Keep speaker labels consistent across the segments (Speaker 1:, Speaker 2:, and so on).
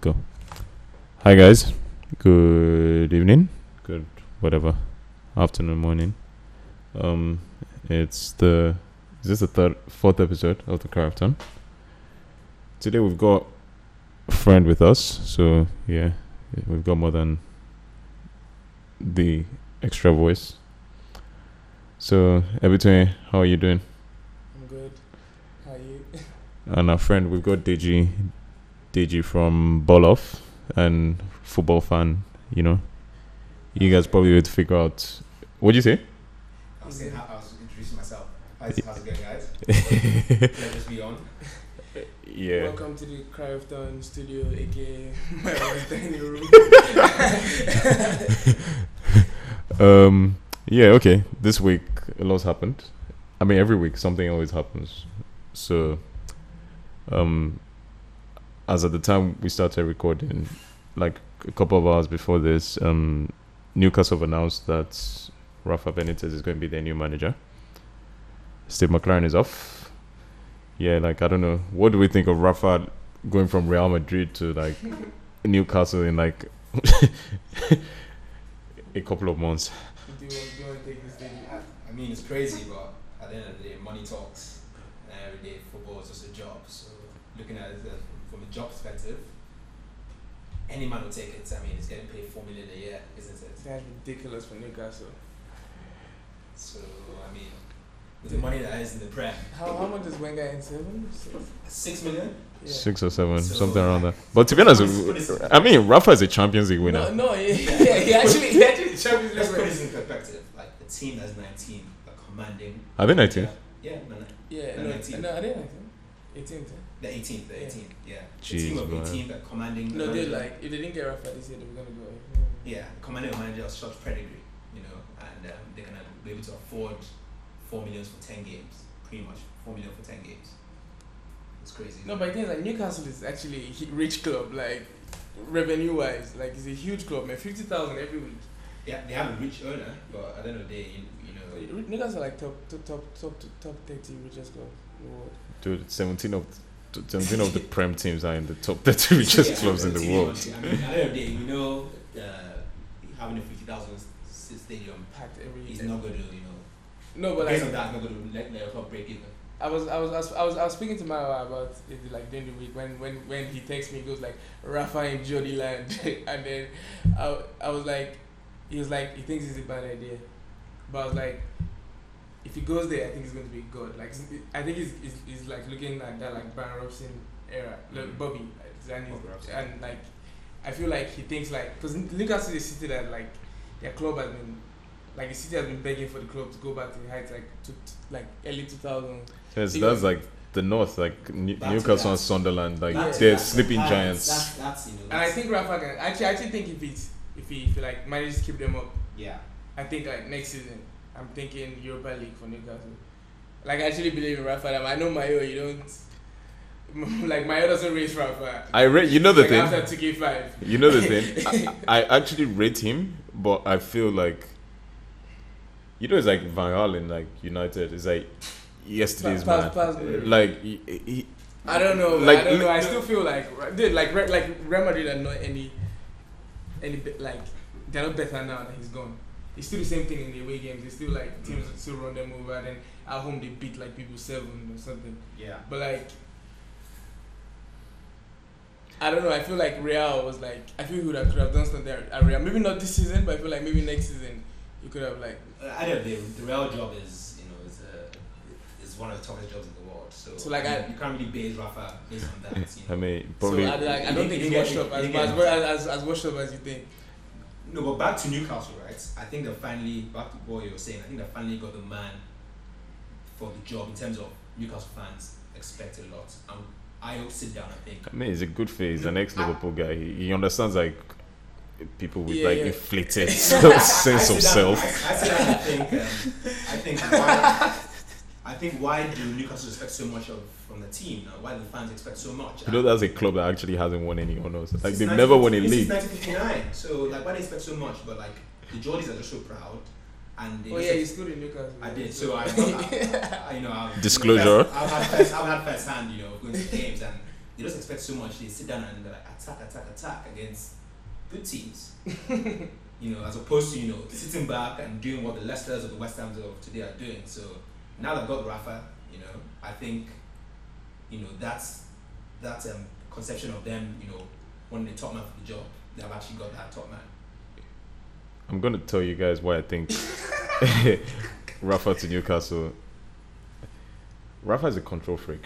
Speaker 1: Go. Hi guys. Good evening. Good whatever. Afternoon, morning. Um, it's the is this the third fourth episode of the Crafton. Today we've got a friend with us, so yeah, we've got more than the extra voice. So Ebitone, how are you doing?
Speaker 2: I'm good. How are you?
Speaker 1: And our friend, we've got Deji, Deji from Boloff and football fan. You know, you guys probably would figure out. What'd you say?
Speaker 3: I was, saying, I I was introducing myself. How's, how's it going, guys? Let us be on.
Speaker 1: yeah.
Speaker 2: Welcome to the Crafton Studio, aka my own dining room.
Speaker 1: Um. Yeah. Okay. This week a lot's happened. I mean, every week something always happens. So, um, as at the time we started recording, like a couple of hours before this, um, Newcastle have announced that Rafa Benitez is going to be their new manager. Steve McLaren is off. Yeah, like I don't know. What do we think of Rafa going from Real Madrid to like Newcastle in like a couple of months?
Speaker 2: do you want do you want to take this thing?
Speaker 3: I mean, it's crazy, but at the end of the day, money talks. And every day, football is just a job. So, looking at it as- from a job perspective, any man will take it. I mean, it's getting paid four million a year, isn't it?
Speaker 2: That's ridiculous for Newcastle.
Speaker 3: So, I mean, with the money that is in the prem,
Speaker 2: How, how much is Wenger in seven? Six?
Speaker 3: six million.
Speaker 2: Yeah.
Speaker 1: Six or seven,
Speaker 3: So- uh,
Speaker 1: something around that. But to be honest, I mean, Rafa is a Champions League winner.
Speaker 2: No, no, yeah, yeah, he actually, he actually Champions League.
Speaker 3: Let's put
Speaker 2: winner.
Speaker 3: this in perspective. Like a team that's nineteen, like commanding.
Speaker 1: Are they 19?
Speaker 3: Yeah, man,
Speaker 2: Yeah,
Speaker 3: And
Speaker 2: no,
Speaker 3: 19.
Speaker 2: no, I didn't like him. 18th.
Speaker 3: the 18th, the 18th, yeah.
Speaker 1: Jeez,
Speaker 3: a team of
Speaker 1: man.
Speaker 3: 18 that
Speaker 1: Mm-hmm.
Speaker 3: commanding.
Speaker 2: No, they
Speaker 3: manager.
Speaker 2: like if they didn't get Rafa this year, they were gonna go.
Speaker 3: yeah, commanding a manager of such pedigree, you know, and um, they're gonna be able to afford four millions for ten games, pretty much four million for ten games. It's crazy.
Speaker 2: No, but I think like Newcastle is actually a hu- rich club, like revenue wise, like it's a huge club, man. Fifty thousand every week.
Speaker 3: yeah, they have a rich owner, but at the end of the day, you, you know,
Speaker 2: Niggas are like top top top top top thirty richest club in the world.
Speaker 1: Dude, 17 of, 17 of the Prem teams are in the top 30 richest
Speaker 3: Yeah,
Speaker 1: clubs in
Speaker 3: it's
Speaker 1: the
Speaker 3: really
Speaker 1: world.
Speaker 3: much- I mean, at the end of the day, you know, uh, having a fifty thousand seat stadium
Speaker 2: Packed every.
Speaker 3: is not going to, you know,
Speaker 2: no, but
Speaker 3: based on
Speaker 2: like
Speaker 3: that, not going to let let club break even.
Speaker 2: I was I was I was I was, I was speaking to Marwa about it like during the week when when when he texts me he goes like Rafa in Jody land and then I I was like he was like he thinks it's a bad idea, but I was like. If he goes there, I think it's going to be good. Like I think he's, he's, he's like looking like that like Baron Robson era, like Bobby, and, he's-
Speaker 3: Mm-hmm. Bobby Robson.
Speaker 2: and like I feel like he thinks like because Newcastle is a city that like their club has been like the city has been begging for the club to go back to the heights like to like early two thousand.
Speaker 1: Yes, that's like the North, like New-
Speaker 3: That's-
Speaker 1: Newcastle and
Speaker 3: that's-
Speaker 1: Sunderland, like
Speaker 3: That's-
Speaker 1: they're
Speaker 3: that's-
Speaker 1: sleeping
Speaker 3: that's-
Speaker 1: giants.
Speaker 3: That's, that's, you know,
Speaker 2: And I
Speaker 3: that's-
Speaker 2: think Rafa can actually, I actually think if it's if he, if he like manages to keep them up,
Speaker 3: yeah.
Speaker 2: I think like next season, I'm thinking Europa League for Newcastle. Like I actually believe in Rafa. I know Mayo, you don't like Mayo doesn't raise Rafa.
Speaker 1: I rate, you know the
Speaker 2: like
Speaker 1: thing,
Speaker 2: after two K five.
Speaker 1: you know the thing. I, I actually rate him, but I feel like, you know, it's like Van Halen, like United, it's like yesterday's man.
Speaker 2: Pass, pass, pass.
Speaker 1: Like, he, he,
Speaker 2: I don't know.
Speaker 1: Like,
Speaker 2: Like, I don't know. I
Speaker 1: li-
Speaker 2: still feel like dude, like Re- like Real Madrid are not any any be- like they're not better now that he's gone. It's still the same thing in the away games. It's still like teams still run them over, and then at home they beat like people seven or something.
Speaker 3: Yeah.
Speaker 2: But like, I don't know. I feel like Real was like I feel he would have, could have done something at Real. Maybe not this season, but I feel like maybe next season you could have like
Speaker 3: Uh, I don't know. The real job is, you know, is uh, is one of the toughest jobs in the world. So,
Speaker 2: So, like,
Speaker 3: you,
Speaker 2: I-
Speaker 3: you can't really base Rafa based on that. You
Speaker 1: I
Speaker 3: know.
Speaker 1: mean, probably.
Speaker 2: So I, like, I don't
Speaker 3: You
Speaker 2: think
Speaker 3: get-
Speaker 2: it's washed
Speaker 3: you
Speaker 2: up as,
Speaker 3: get-
Speaker 2: as, as, as, as washed up as you think.
Speaker 3: No, but back to Newcastle, right? I think they finally back to what you were saying. I think they finally got the man for the job in terms of Newcastle fans expect a lot. And I will sit down and think.
Speaker 1: I mean, he's a good face. He's an ex-Liverpool guy. He, he understands like people with
Speaker 2: Yeah,
Speaker 1: like
Speaker 2: yeah.
Speaker 1: inflated
Speaker 3: I
Speaker 1: sense
Speaker 3: sit
Speaker 1: of
Speaker 3: down-
Speaker 1: self.
Speaker 3: I, I sit down and think. Um, I think. Why, I think. Why do Newcastle expect so much of from the team? Now? Why do the fans expect so much?
Speaker 1: You know, that's a club that actually hasn't won any honors. Like
Speaker 3: Since
Speaker 1: they've never won a
Speaker 3: 1950
Speaker 1: league.
Speaker 3: Since 1959, so like why they expect so much? But like the Geordies are just so proud, and they
Speaker 2: Oh
Speaker 3: just-
Speaker 2: yeah, he's good in Newcastle.
Speaker 3: I did. So I, I, I you know, I've,
Speaker 1: Disclosure.
Speaker 3: I've had first, I've had first hand, you know, going to games and they just expect so much. They sit down and they're like attack, attack, attack against good teams. you know, as opposed to you know sitting back and doing what the Leicester's or the West Ham's of today are doing. So now they've got Rafa. You know, I think you know that's that um, conception of them. You know, wanting the top man for the job. They've actually got that top man.
Speaker 1: I'm gonna tell you guys why I think Rafa to Newcastle. Rafa is a control freak.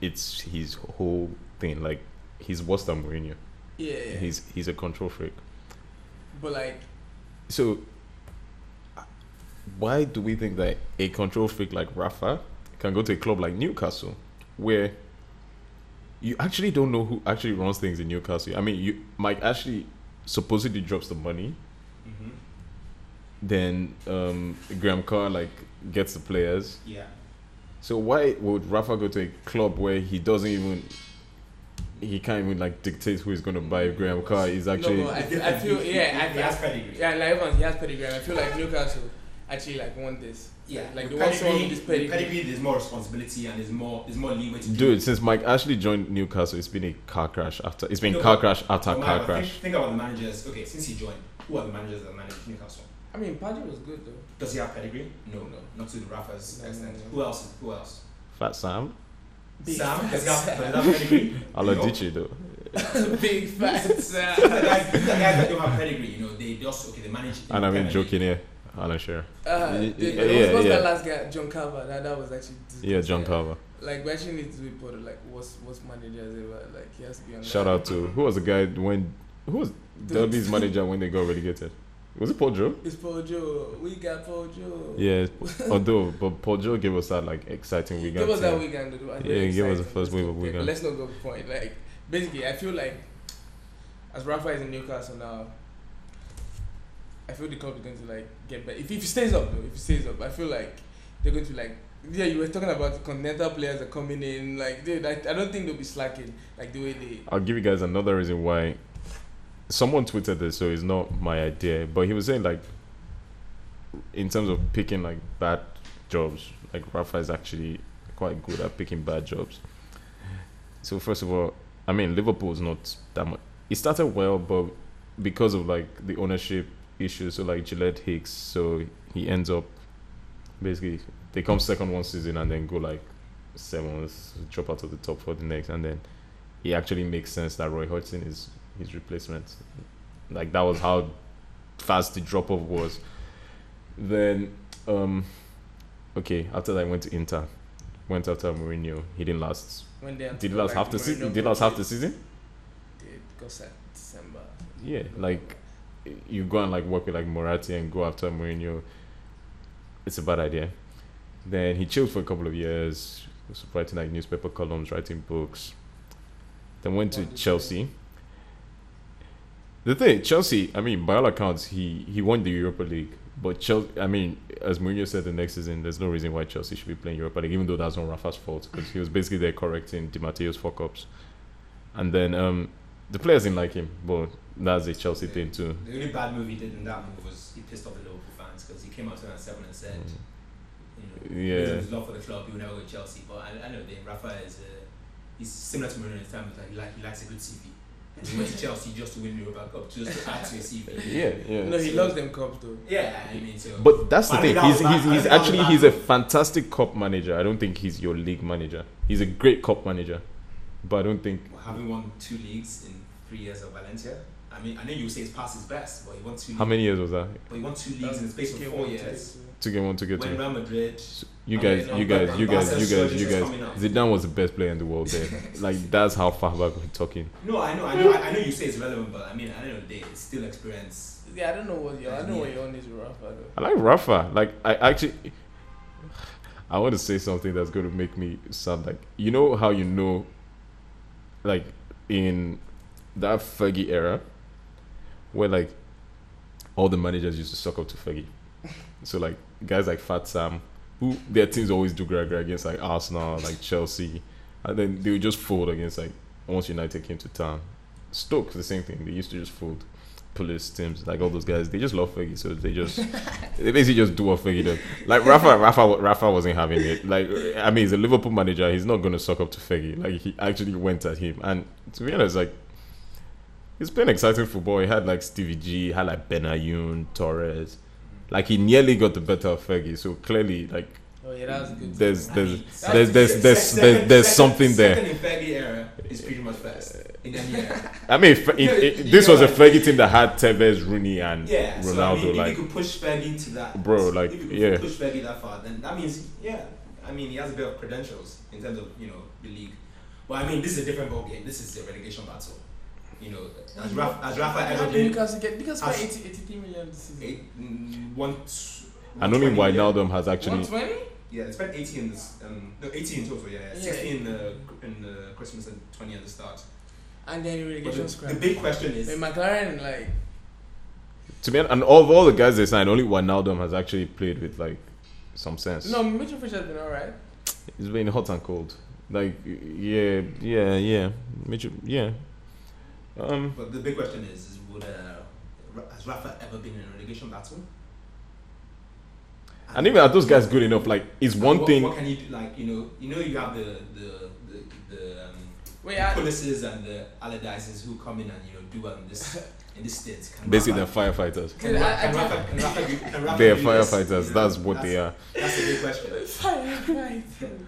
Speaker 1: It's his whole thing. Like he's worse than Mourinho.
Speaker 2: Yeah, yeah.
Speaker 1: He's he's a control freak.
Speaker 2: But like,
Speaker 1: So uh, why do we think that a control freak like Rafa can go to a club like Newcastle where you actually don't know who actually runs things in Newcastle? I mean, you Mike Ashley supposedly drops the money
Speaker 3: Mm-hmm.
Speaker 1: then um, Graham Carr like gets the players.
Speaker 3: Yeah.
Speaker 1: So why would Rafa go to a club where he doesn't even he can't even like dictate who is going to buy Graham Carr? Is actually
Speaker 2: no, no, I, feel- I feel yeah, I,
Speaker 3: he has
Speaker 2: feel-
Speaker 3: pedigree.
Speaker 2: yeah, like everyone, he has pedigree. and I feel like Newcastle actually like won this.
Speaker 3: Yeah,
Speaker 2: like the
Speaker 3: with
Speaker 2: one someone with
Speaker 3: pedigree,
Speaker 2: this
Speaker 3: with
Speaker 2: pedigree.
Speaker 3: pedigree, there's more responsibility and there's more there's more leeway to do.
Speaker 1: dude since Mike Ashley joined Newcastle, it's been a car crash after it's been
Speaker 3: No,
Speaker 1: car
Speaker 3: but-
Speaker 1: crash after
Speaker 3: But
Speaker 1: car
Speaker 3: Mike,
Speaker 1: crash.
Speaker 3: Think, think about the managers. Okay, since he joined, who are the managers that manage Newcastle?
Speaker 2: I mean, Paddy was good though.
Speaker 3: Does he have pedigree? No,
Speaker 2: No.
Speaker 3: not to the Rafa's
Speaker 2: No, no,
Speaker 3: extent.
Speaker 2: no.
Speaker 3: Who else? Who else?
Speaker 1: Fat Sam,
Speaker 2: Big
Speaker 3: Sam does he have,
Speaker 2: fat
Speaker 3: does he have pedigree?
Speaker 1: Aladici though.
Speaker 2: Sam. Big fat
Speaker 3: These are
Speaker 2: Sam.
Speaker 3: guys, these are guys that don't have pedigree. You know, they just okay. They manage.
Speaker 1: And I'm even
Speaker 3: independently.
Speaker 1: joking here. Alan Shearer.
Speaker 2: Uh,
Speaker 1: Y-
Speaker 2: dude,
Speaker 1: y-
Speaker 2: there was-
Speaker 1: yeah,
Speaker 2: what's
Speaker 1: yeah.
Speaker 2: that last guy? John Carver. That, that was actually. disgusting.
Speaker 1: Yeah, John Carver.
Speaker 2: Like we actually need to report like what's what's managers ever like he has to be on.
Speaker 1: Shout
Speaker 2: that.
Speaker 1: out to who was the guy when who was Derby's manager when they got relegated? Was it Paul Joe?
Speaker 2: It's Paul Joe. We got Paul Joe.
Speaker 1: Yeah, although but Paul Joe gave us that like exciting
Speaker 2: Give
Speaker 1: weekend.
Speaker 2: us that
Speaker 1: team.
Speaker 2: weekend. dude. I'm
Speaker 1: Yeah,
Speaker 2: very
Speaker 1: give us the
Speaker 2: excited.
Speaker 1: first wave of
Speaker 2: Yeah,
Speaker 1: weekend.
Speaker 2: but Let's not go point. Like basically, I feel like as Rafa is in Newcastle now, I feel the club is going to like get better. If, if he stays up, though, if he stays up, I feel like they're going to like. Yeah, you were talking about continental players are coming in. Like, dude, I, I don't think they'll be slacking like the way they.
Speaker 1: I'll give you guys another reason why. Someone tweeted this, so it's not my idea, but he was saying like, in terms of picking like bad jobs, like Rafa is actually quite good at picking bad jobs. So first of all, I mean Liverpool's not that much. It started well, but because of like the ownership issues, so like Gillette Hicks, so he ends up basically they come second one season and then go like seventh, drop out of the top for the next, and then it actually makes sense that Roy Hodgson is his replacement. Like that was how fast the drop off was. Then, um, okay, after that I went to Inter, went after Mourinho. He didn't last.
Speaker 2: When they
Speaker 1: Did he last half the season? Did he last half the season?
Speaker 2: It goes at December.
Speaker 1: Yeah, like you go and like work with like Moratti and go after Mourinho. It's a bad idea. Then he chilled for a couple of years, was writing like newspaper columns, writing books. Then went to
Speaker 2: Wonderful.
Speaker 1: Chelsea. The thing, Chelsea, I mean, by all accounts, he, he won the Europa League. But Chelsea, I mean, as Mourinho said the next season, there's no reason why Chelsea should be playing Europa League, even though that's not Rafa's fault, because he was basically there correcting Di Matteo's fuck ups. And then um, the players didn't like him, but that's a Chelsea thing too.
Speaker 3: The only bad move he did in that move was he pissed off the Liverpool fans because he came out 2007 and said, you know,
Speaker 1: Yeah.
Speaker 3: his love for the club, he would never go to Chelsea. But I, I know that Rafa is uh, he's similar to Mourinho in his time, but like, he, like, he likes a good CV. And he went to Chelsea just to win the Europa Cup, just to add to his CV.
Speaker 1: Yeah, yeah.
Speaker 2: No, he
Speaker 3: So-
Speaker 2: loves them cups though.
Speaker 3: Yeah, I mean, so.
Speaker 1: But that's the
Speaker 3: I
Speaker 1: thing.
Speaker 3: mean, that
Speaker 1: He's,
Speaker 3: was
Speaker 1: he's,
Speaker 3: bad.
Speaker 1: he's
Speaker 3: I mean, that was
Speaker 1: actually
Speaker 3: bad.
Speaker 1: he's a fantastic cop manager. I don't think he's your league manager. He's a great cop manager, but I don't think
Speaker 3: having won two leagues in three years of Valencia, I mean, I know you would say his past is best, but he won two.
Speaker 1: how
Speaker 3: leagues,
Speaker 1: many years was that?
Speaker 3: But he won two leagues in the space of
Speaker 2: Okay,
Speaker 3: four
Speaker 2: one, two,
Speaker 3: years.
Speaker 2: three.
Speaker 1: To get one to get
Speaker 3: When
Speaker 1: two.
Speaker 3: Real Madrid,
Speaker 1: You
Speaker 3: I
Speaker 1: guys,
Speaker 3: mean,
Speaker 1: you
Speaker 3: um,
Speaker 1: guys,
Speaker 3: Bar-
Speaker 1: you guys,
Speaker 3: Barca's
Speaker 1: you guys, you
Speaker 3: resurgence
Speaker 1: guys.
Speaker 3: coming up.
Speaker 1: Zidane was the best player in the world there. like that's how far back we're talking.
Speaker 3: No, I know, I know, I I know you say it's relevant, but I mean, I don't know, they it's still experience.
Speaker 2: Yeah, I don't know what you're. I know
Speaker 3: Yeah.
Speaker 2: what you're on is Rafa though.
Speaker 1: I like Rafa. Like I actually, I want to say something that's going to make me sound like you know how you know, like in that Fergie era, where like all the managers used to suck up to Fergie. So like guys like Fat Sam, who their teams always do gra gra against like Arsenal, like Chelsea, and then they would just fold against like once United came to town. Stoke the same thing. They used to just fold. police teams, like all those guys, they just love Fergie, so they just they basically just do what Fergie does. Like Rafa, Rafa, Rafa wasn't having it. Like I mean, he's a Liverpool manager. He's not going to suck up to Fergie. Like he actually went at him, and to be honest, like he's playing exciting football. He had like Stevie G, he had like Benayoun, Torres. Like he nearly got the better of Fergie. So clearly, like
Speaker 2: Oh yeah, that was a good.
Speaker 1: There's-
Speaker 2: team.
Speaker 1: there's-
Speaker 2: I mean,
Speaker 3: That's
Speaker 1: there's-
Speaker 3: the
Speaker 1: there's-
Speaker 3: shit.
Speaker 1: there's-
Speaker 3: Second-
Speaker 1: there's- there's
Speaker 3: second-
Speaker 1: something there.
Speaker 3: Second in Fergie era is pretty much first in any era.
Speaker 1: I mean, if, if, if- this was a Fergie team that had Tevez, Rooney, and
Speaker 3: Yeah,
Speaker 1: Ronaldo.
Speaker 3: so I mean, if
Speaker 1: like
Speaker 3: you could push Fergie to that,
Speaker 1: Bro, like,
Speaker 3: if you could
Speaker 1: yeah.
Speaker 3: push Fergie that far, then that means yeah. I mean, he has a bit of credentials in terms of you know the league. But I mean, this is a different ball game. This is a relegation battle. You know, as Rafa, as Rafa
Speaker 2: how
Speaker 3: ever
Speaker 2: did
Speaker 3: been,
Speaker 2: Newcastle get Newcastle
Speaker 3: I've-
Speaker 2: spent 80, 83 million this season?
Speaker 3: eight, mm, one, t-
Speaker 1: and only
Speaker 3: 120 million.
Speaker 1: Wijnaldum has actually.
Speaker 2: 120?
Speaker 3: Yeah, they spent 18 in this, um, no, 18 in total. Yeah, yeah.
Speaker 2: Yeah.
Speaker 3: 16 in the in the Christmas and 20 at the start.
Speaker 2: And then
Speaker 3: But the,
Speaker 2: relegation scrap.
Speaker 3: the big question is,
Speaker 2: But McLaren like
Speaker 1: To me, and of all the guys they signed, only Wijnaldum has actually played with like some sense.
Speaker 2: no Mitrovic has been alright.
Speaker 1: It's been hot and cold. Like yeah, yeah, yeah, Mitch, yeah. Um,
Speaker 3: but the big question is, is would uh, Ra- has Rafa ever been in a relegation battle?
Speaker 1: and even are those guys good enough? Like it's one
Speaker 3: what,
Speaker 1: thing.
Speaker 3: What can you do? Like you know, you know, you have the the the, the um,
Speaker 2: Wait, I,
Speaker 3: Pulises and the Allardyces who come in and you know do well in this in this state. Can
Speaker 1: Basically, they're
Speaker 3: Rafa,
Speaker 1: firefighters.
Speaker 3: can,
Speaker 2: I-
Speaker 3: Ra-
Speaker 2: I-
Speaker 3: can Rafa, can Rafa, do- can Rafa
Speaker 1: They're
Speaker 3: do this? You
Speaker 1: firefighters.
Speaker 3: know,
Speaker 1: That's what they are.
Speaker 3: That's the big question.
Speaker 2: Firefighter.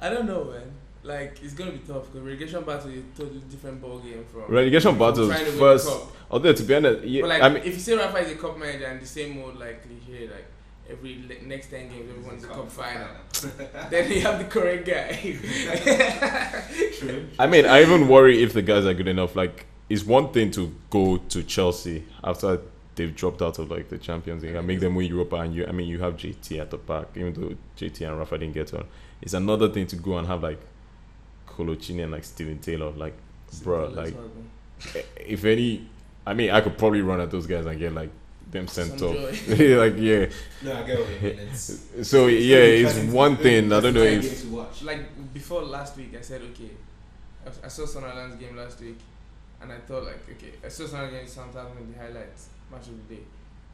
Speaker 2: I don't know, man. Like it's gonna be tough because relegation battle is a totally different ball game from
Speaker 1: Relegation
Speaker 2: from
Speaker 1: battles
Speaker 2: trying to win the
Speaker 1: first.
Speaker 2: cup.
Speaker 1: Although to be honest, yeah,
Speaker 2: but like,
Speaker 1: I mean,
Speaker 2: if you say Rafa is a cup manager and the same old like cliche, like every le- next ten games everyone's a cup final, then you have the correct guy.
Speaker 3: True.
Speaker 1: I mean, I even worry if the guys are good enough. Like, it's one thing to go to Chelsea after they've dropped out of like the Champions League and make them win Europa, and you, I mean, you have JT at the back, even though JT and Rafa didn't get on. It's another thing to go and have like Colochini and like Steven Taylor, like, bro, like if any, I mean, I could probably run at those guys and get like them sent
Speaker 2: Some
Speaker 1: off.
Speaker 2: joy.
Speaker 1: like, yeah.
Speaker 3: No, I get what you mean. It's,
Speaker 1: So yeah,
Speaker 3: gonna be
Speaker 1: it's
Speaker 3: interesting to-
Speaker 1: one thing. I don't know
Speaker 3: interesting
Speaker 1: if
Speaker 3: game to watch.
Speaker 2: like before last week, I said okay. I- I saw Sunderland's game last week, and I thought like okay, I saw Sunderland against Southampton in the highlights match of the day,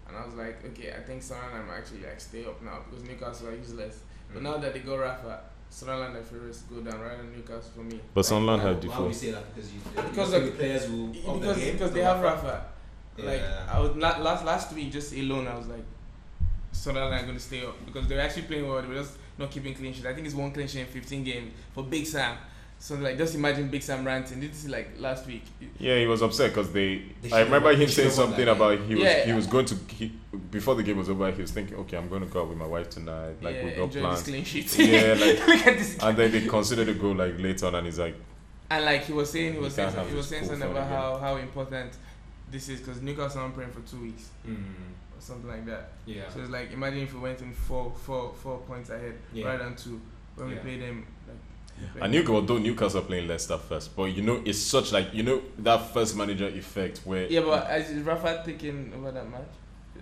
Speaker 2: and I was like okay, I think Sunderland might actually like stay up now because Newcastle are useless. But now that they go Rafa, Sunderland and Furious go down rather than Newcastle for me.
Speaker 1: but Sunderland
Speaker 3: Why-
Speaker 1: have
Speaker 3: Why would
Speaker 1: default.
Speaker 3: you say that? Because you
Speaker 2: Because
Speaker 3: because the
Speaker 2: of-
Speaker 3: players who of the
Speaker 2: Because
Speaker 3: game
Speaker 2: because they
Speaker 3: so-
Speaker 2: have Rafa. Like
Speaker 3: Yeah.
Speaker 2: I was la- last last week just alone. I was like, Sunderland are going to stay up because they were actually playing well. They were just not keeping clean sheet. I think it's one clean sheet in 15 games for Big Sam. So like, just imagine Big Sam ranting. This is like last week.
Speaker 1: Yeah, he was upset because they.
Speaker 3: They
Speaker 1: I
Speaker 3: should've
Speaker 1: remember
Speaker 3: won- they
Speaker 1: him saying
Speaker 3: should've won
Speaker 1: something
Speaker 3: that
Speaker 1: about he was
Speaker 2: Yeah.
Speaker 1: he was going to he, before the game was over. He was thinking, okay, I'm going to go out with my wife tonight. Like
Speaker 2: yeah,
Speaker 1: we got
Speaker 2: enjoy this
Speaker 1: plans.
Speaker 2: clean sheet.
Speaker 1: Yeah, like-
Speaker 2: look at this.
Speaker 1: And then they considered a goal like later on, and he's like,
Speaker 2: And like he was saying, he
Speaker 1: We
Speaker 2: was saying,
Speaker 1: can't have
Speaker 2: he was
Speaker 1: this
Speaker 2: saying
Speaker 1: cool
Speaker 2: something
Speaker 1: fun
Speaker 2: about
Speaker 1: again.
Speaker 2: how how important this is because Newcastle aren't playing for two weeks
Speaker 3: Mm,
Speaker 2: or something like that.
Speaker 3: yeah.
Speaker 2: So it's like imagine if we went in four four four points ahead
Speaker 3: Yeah.
Speaker 2: rather than two when we
Speaker 3: Yeah.
Speaker 2: play them. Like, we play
Speaker 1: and Newcastle, though Newcastle are playing Leicester first, but you know it's such like you know that first manager effect where
Speaker 2: Yeah, but is Rafa taking over that match?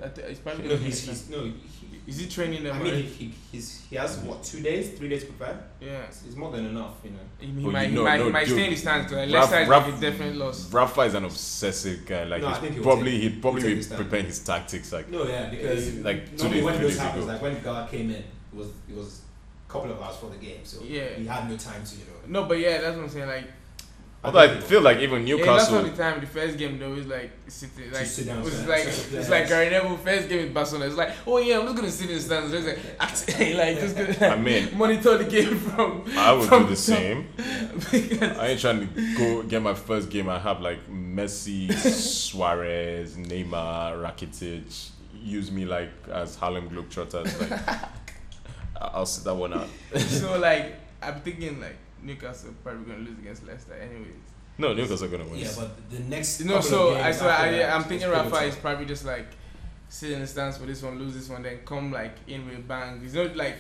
Speaker 2: I th- it's probably
Speaker 3: No,
Speaker 2: gonna be
Speaker 3: he's,
Speaker 2: next
Speaker 3: he's no. He,
Speaker 2: time. Is he training them?
Speaker 3: I mean, he,
Speaker 2: already?
Speaker 3: he, he's, he has what two days, three days to prepare.
Speaker 2: yeah.
Speaker 3: It's, it's more than enough, you know.
Speaker 2: He, he
Speaker 1: Oh, you
Speaker 2: might,
Speaker 1: know-
Speaker 2: he might,
Speaker 1: no,
Speaker 2: he might
Speaker 1: dude,
Speaker 2: stay in the stands. Like,
Speaker 1: Raf-
Speaker 2: Leicester is
Speaker 1: Raf-
Speaker 2: like a definite loss.
Speaker 1: Rafa is an obsessive guy. Like
Speaker 3: No, I think
Speaker 1: he's
Speaker 3: he'll
Speaker 1: probably
Speaker 3: take-
Speaker 1: he'd probably
Speaker 3: he'll take
Speaker 1: be
Speaker 3: his time.
Speaker 1: preparing his tactics. Like
Speaker 3: No, yeah, because
Speaker 1: Yeah, like, two
Speaker 3: normally
Speaker 1: days,
Speaker 3: when
Speaker 1: three
Speaker 3: this
Speaker 1: days
Speaker 3: happens,
Speaker 1: ago.
Speaker 3: like when God came in, it was it was a couple of hours for the game, so
Speaker 2: Yeah.
Speaker 3: he had no time to you know.
Speaker 2: No, but yeah, that's what I'm saying. Like,
Speaker 1: although I feel like even
Speaker 2: yeah,
Speaker 1: Newcastle,
Speaker 2: that's all the time. The first game, they always like sitting, like
Speaker 3: sit down,
Speaker 2: it was
Speaker 3: sit
Speaker 2: like
Speaker 3: down, sit down.
Speaker 2: it's like Gary Neville. First game in Barcelona, it's like, oh yeah, I'm just gonna sit in the stands. Just like, act, like just gonna
Speaker 1: I mean,
Speaker 2: monitor the game from.
Speaker 1: I would
Speaker 2: from
Speaker 1: do the same.
Speaker 2: because
Speaker 1: I ain't trying to go get my first game. I have like Messi, Suarez, Neymar, Rakitic. Use me like as Harlem Globetrotters. Like I- I'll sit that one out.
Speaker 2: so like, I'm thinking like Newcastle probably gonna lose against Leicester, anyways.
Speaker 1: No, Newcastle are gonna win.
Speaker 3: Yeah, but the next
Speaker 2: No,
Speaker 3: couple
Speaker 2: so
Speaker 3: of
Speaker 2: I
Speaker 3: games
Speaker 2: so
Speaker 3: after
Speaker 2: I,
Speaker 3: that
Speaker 2: I'm
Speaker 3: is
Speaker 2: thinking
Speaker 3: pivotal.
Speaker 2: Rafa is probably just like sit in the stands for this one, lose this one, then come like in with a bang. It's not like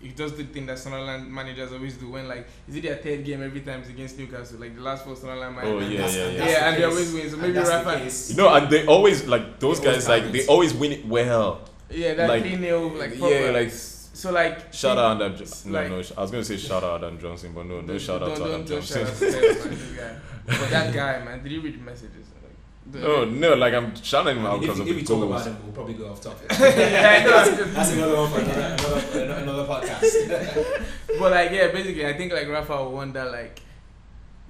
Speaker 2: he does the thing that Sunderland managers always do when like is it their third game every time it's against Newcastle, like the last four Sunderland
Speaker 1: Oh,
Speaker 2: managers.
Speaker 1: yeah,
Speaker 3: that's-
Speaker 1: yeah, yeah.
Speaker 3: that's
Speaker 2: Yeah,
Speaker 3: the
Speaker 2: and they
Speaker 3: case.
Speaker 2: always win, so
Speaker 3: And
Speaker 2: maybe
Speaker 3: that's the
Speaker 2: Rafa-
Speaker 3: case.
Speaker 1: you know, and they always like those
Speaker 3: It always
Speaker 1: guys. Like
Speaker 3: happens.
Speaker 1: they always win it well.
Speaker 2: Yeah, that
Speaker 1: Like-
Speaker 2: three nil like
Speaker 1: yeah,
Speaker 2: proper.
Speaker 1: like
Speaker 2: so like
Speaker 1: shout out Adam. Jo-
Speaker 2: like-
Speaker 1: no, no, sh- I was gonna say shout out Adam Johnson, but no, no
Speaker 2: don't-
Speaker 1: shout out
Speaker 2: don't-
Speaker 1: to Adam
Speaker 2: don't- don't shout
Speaker 1: Johnson.
Speaker 2: out to that man, this guy. But that guy man, did he read the messages? Like,
Speaker 1: Oh no! Like I'm shouting him
Speaker 3: I
Speaker 1: out
Speaker 3: mean, if,
Speaker 1: because of
Speaker 3: if we
Speaker 1: the
Speaker 3: talk
Speaker 1: goals.
Speaker 3: about them, we'll probably go off topic.
Speaker 2: Yeah, that's-
Speaker 3: That's another one for another, another, another podcast.
Speaker 2: But like yeah, basically I think like Rafa will wonder like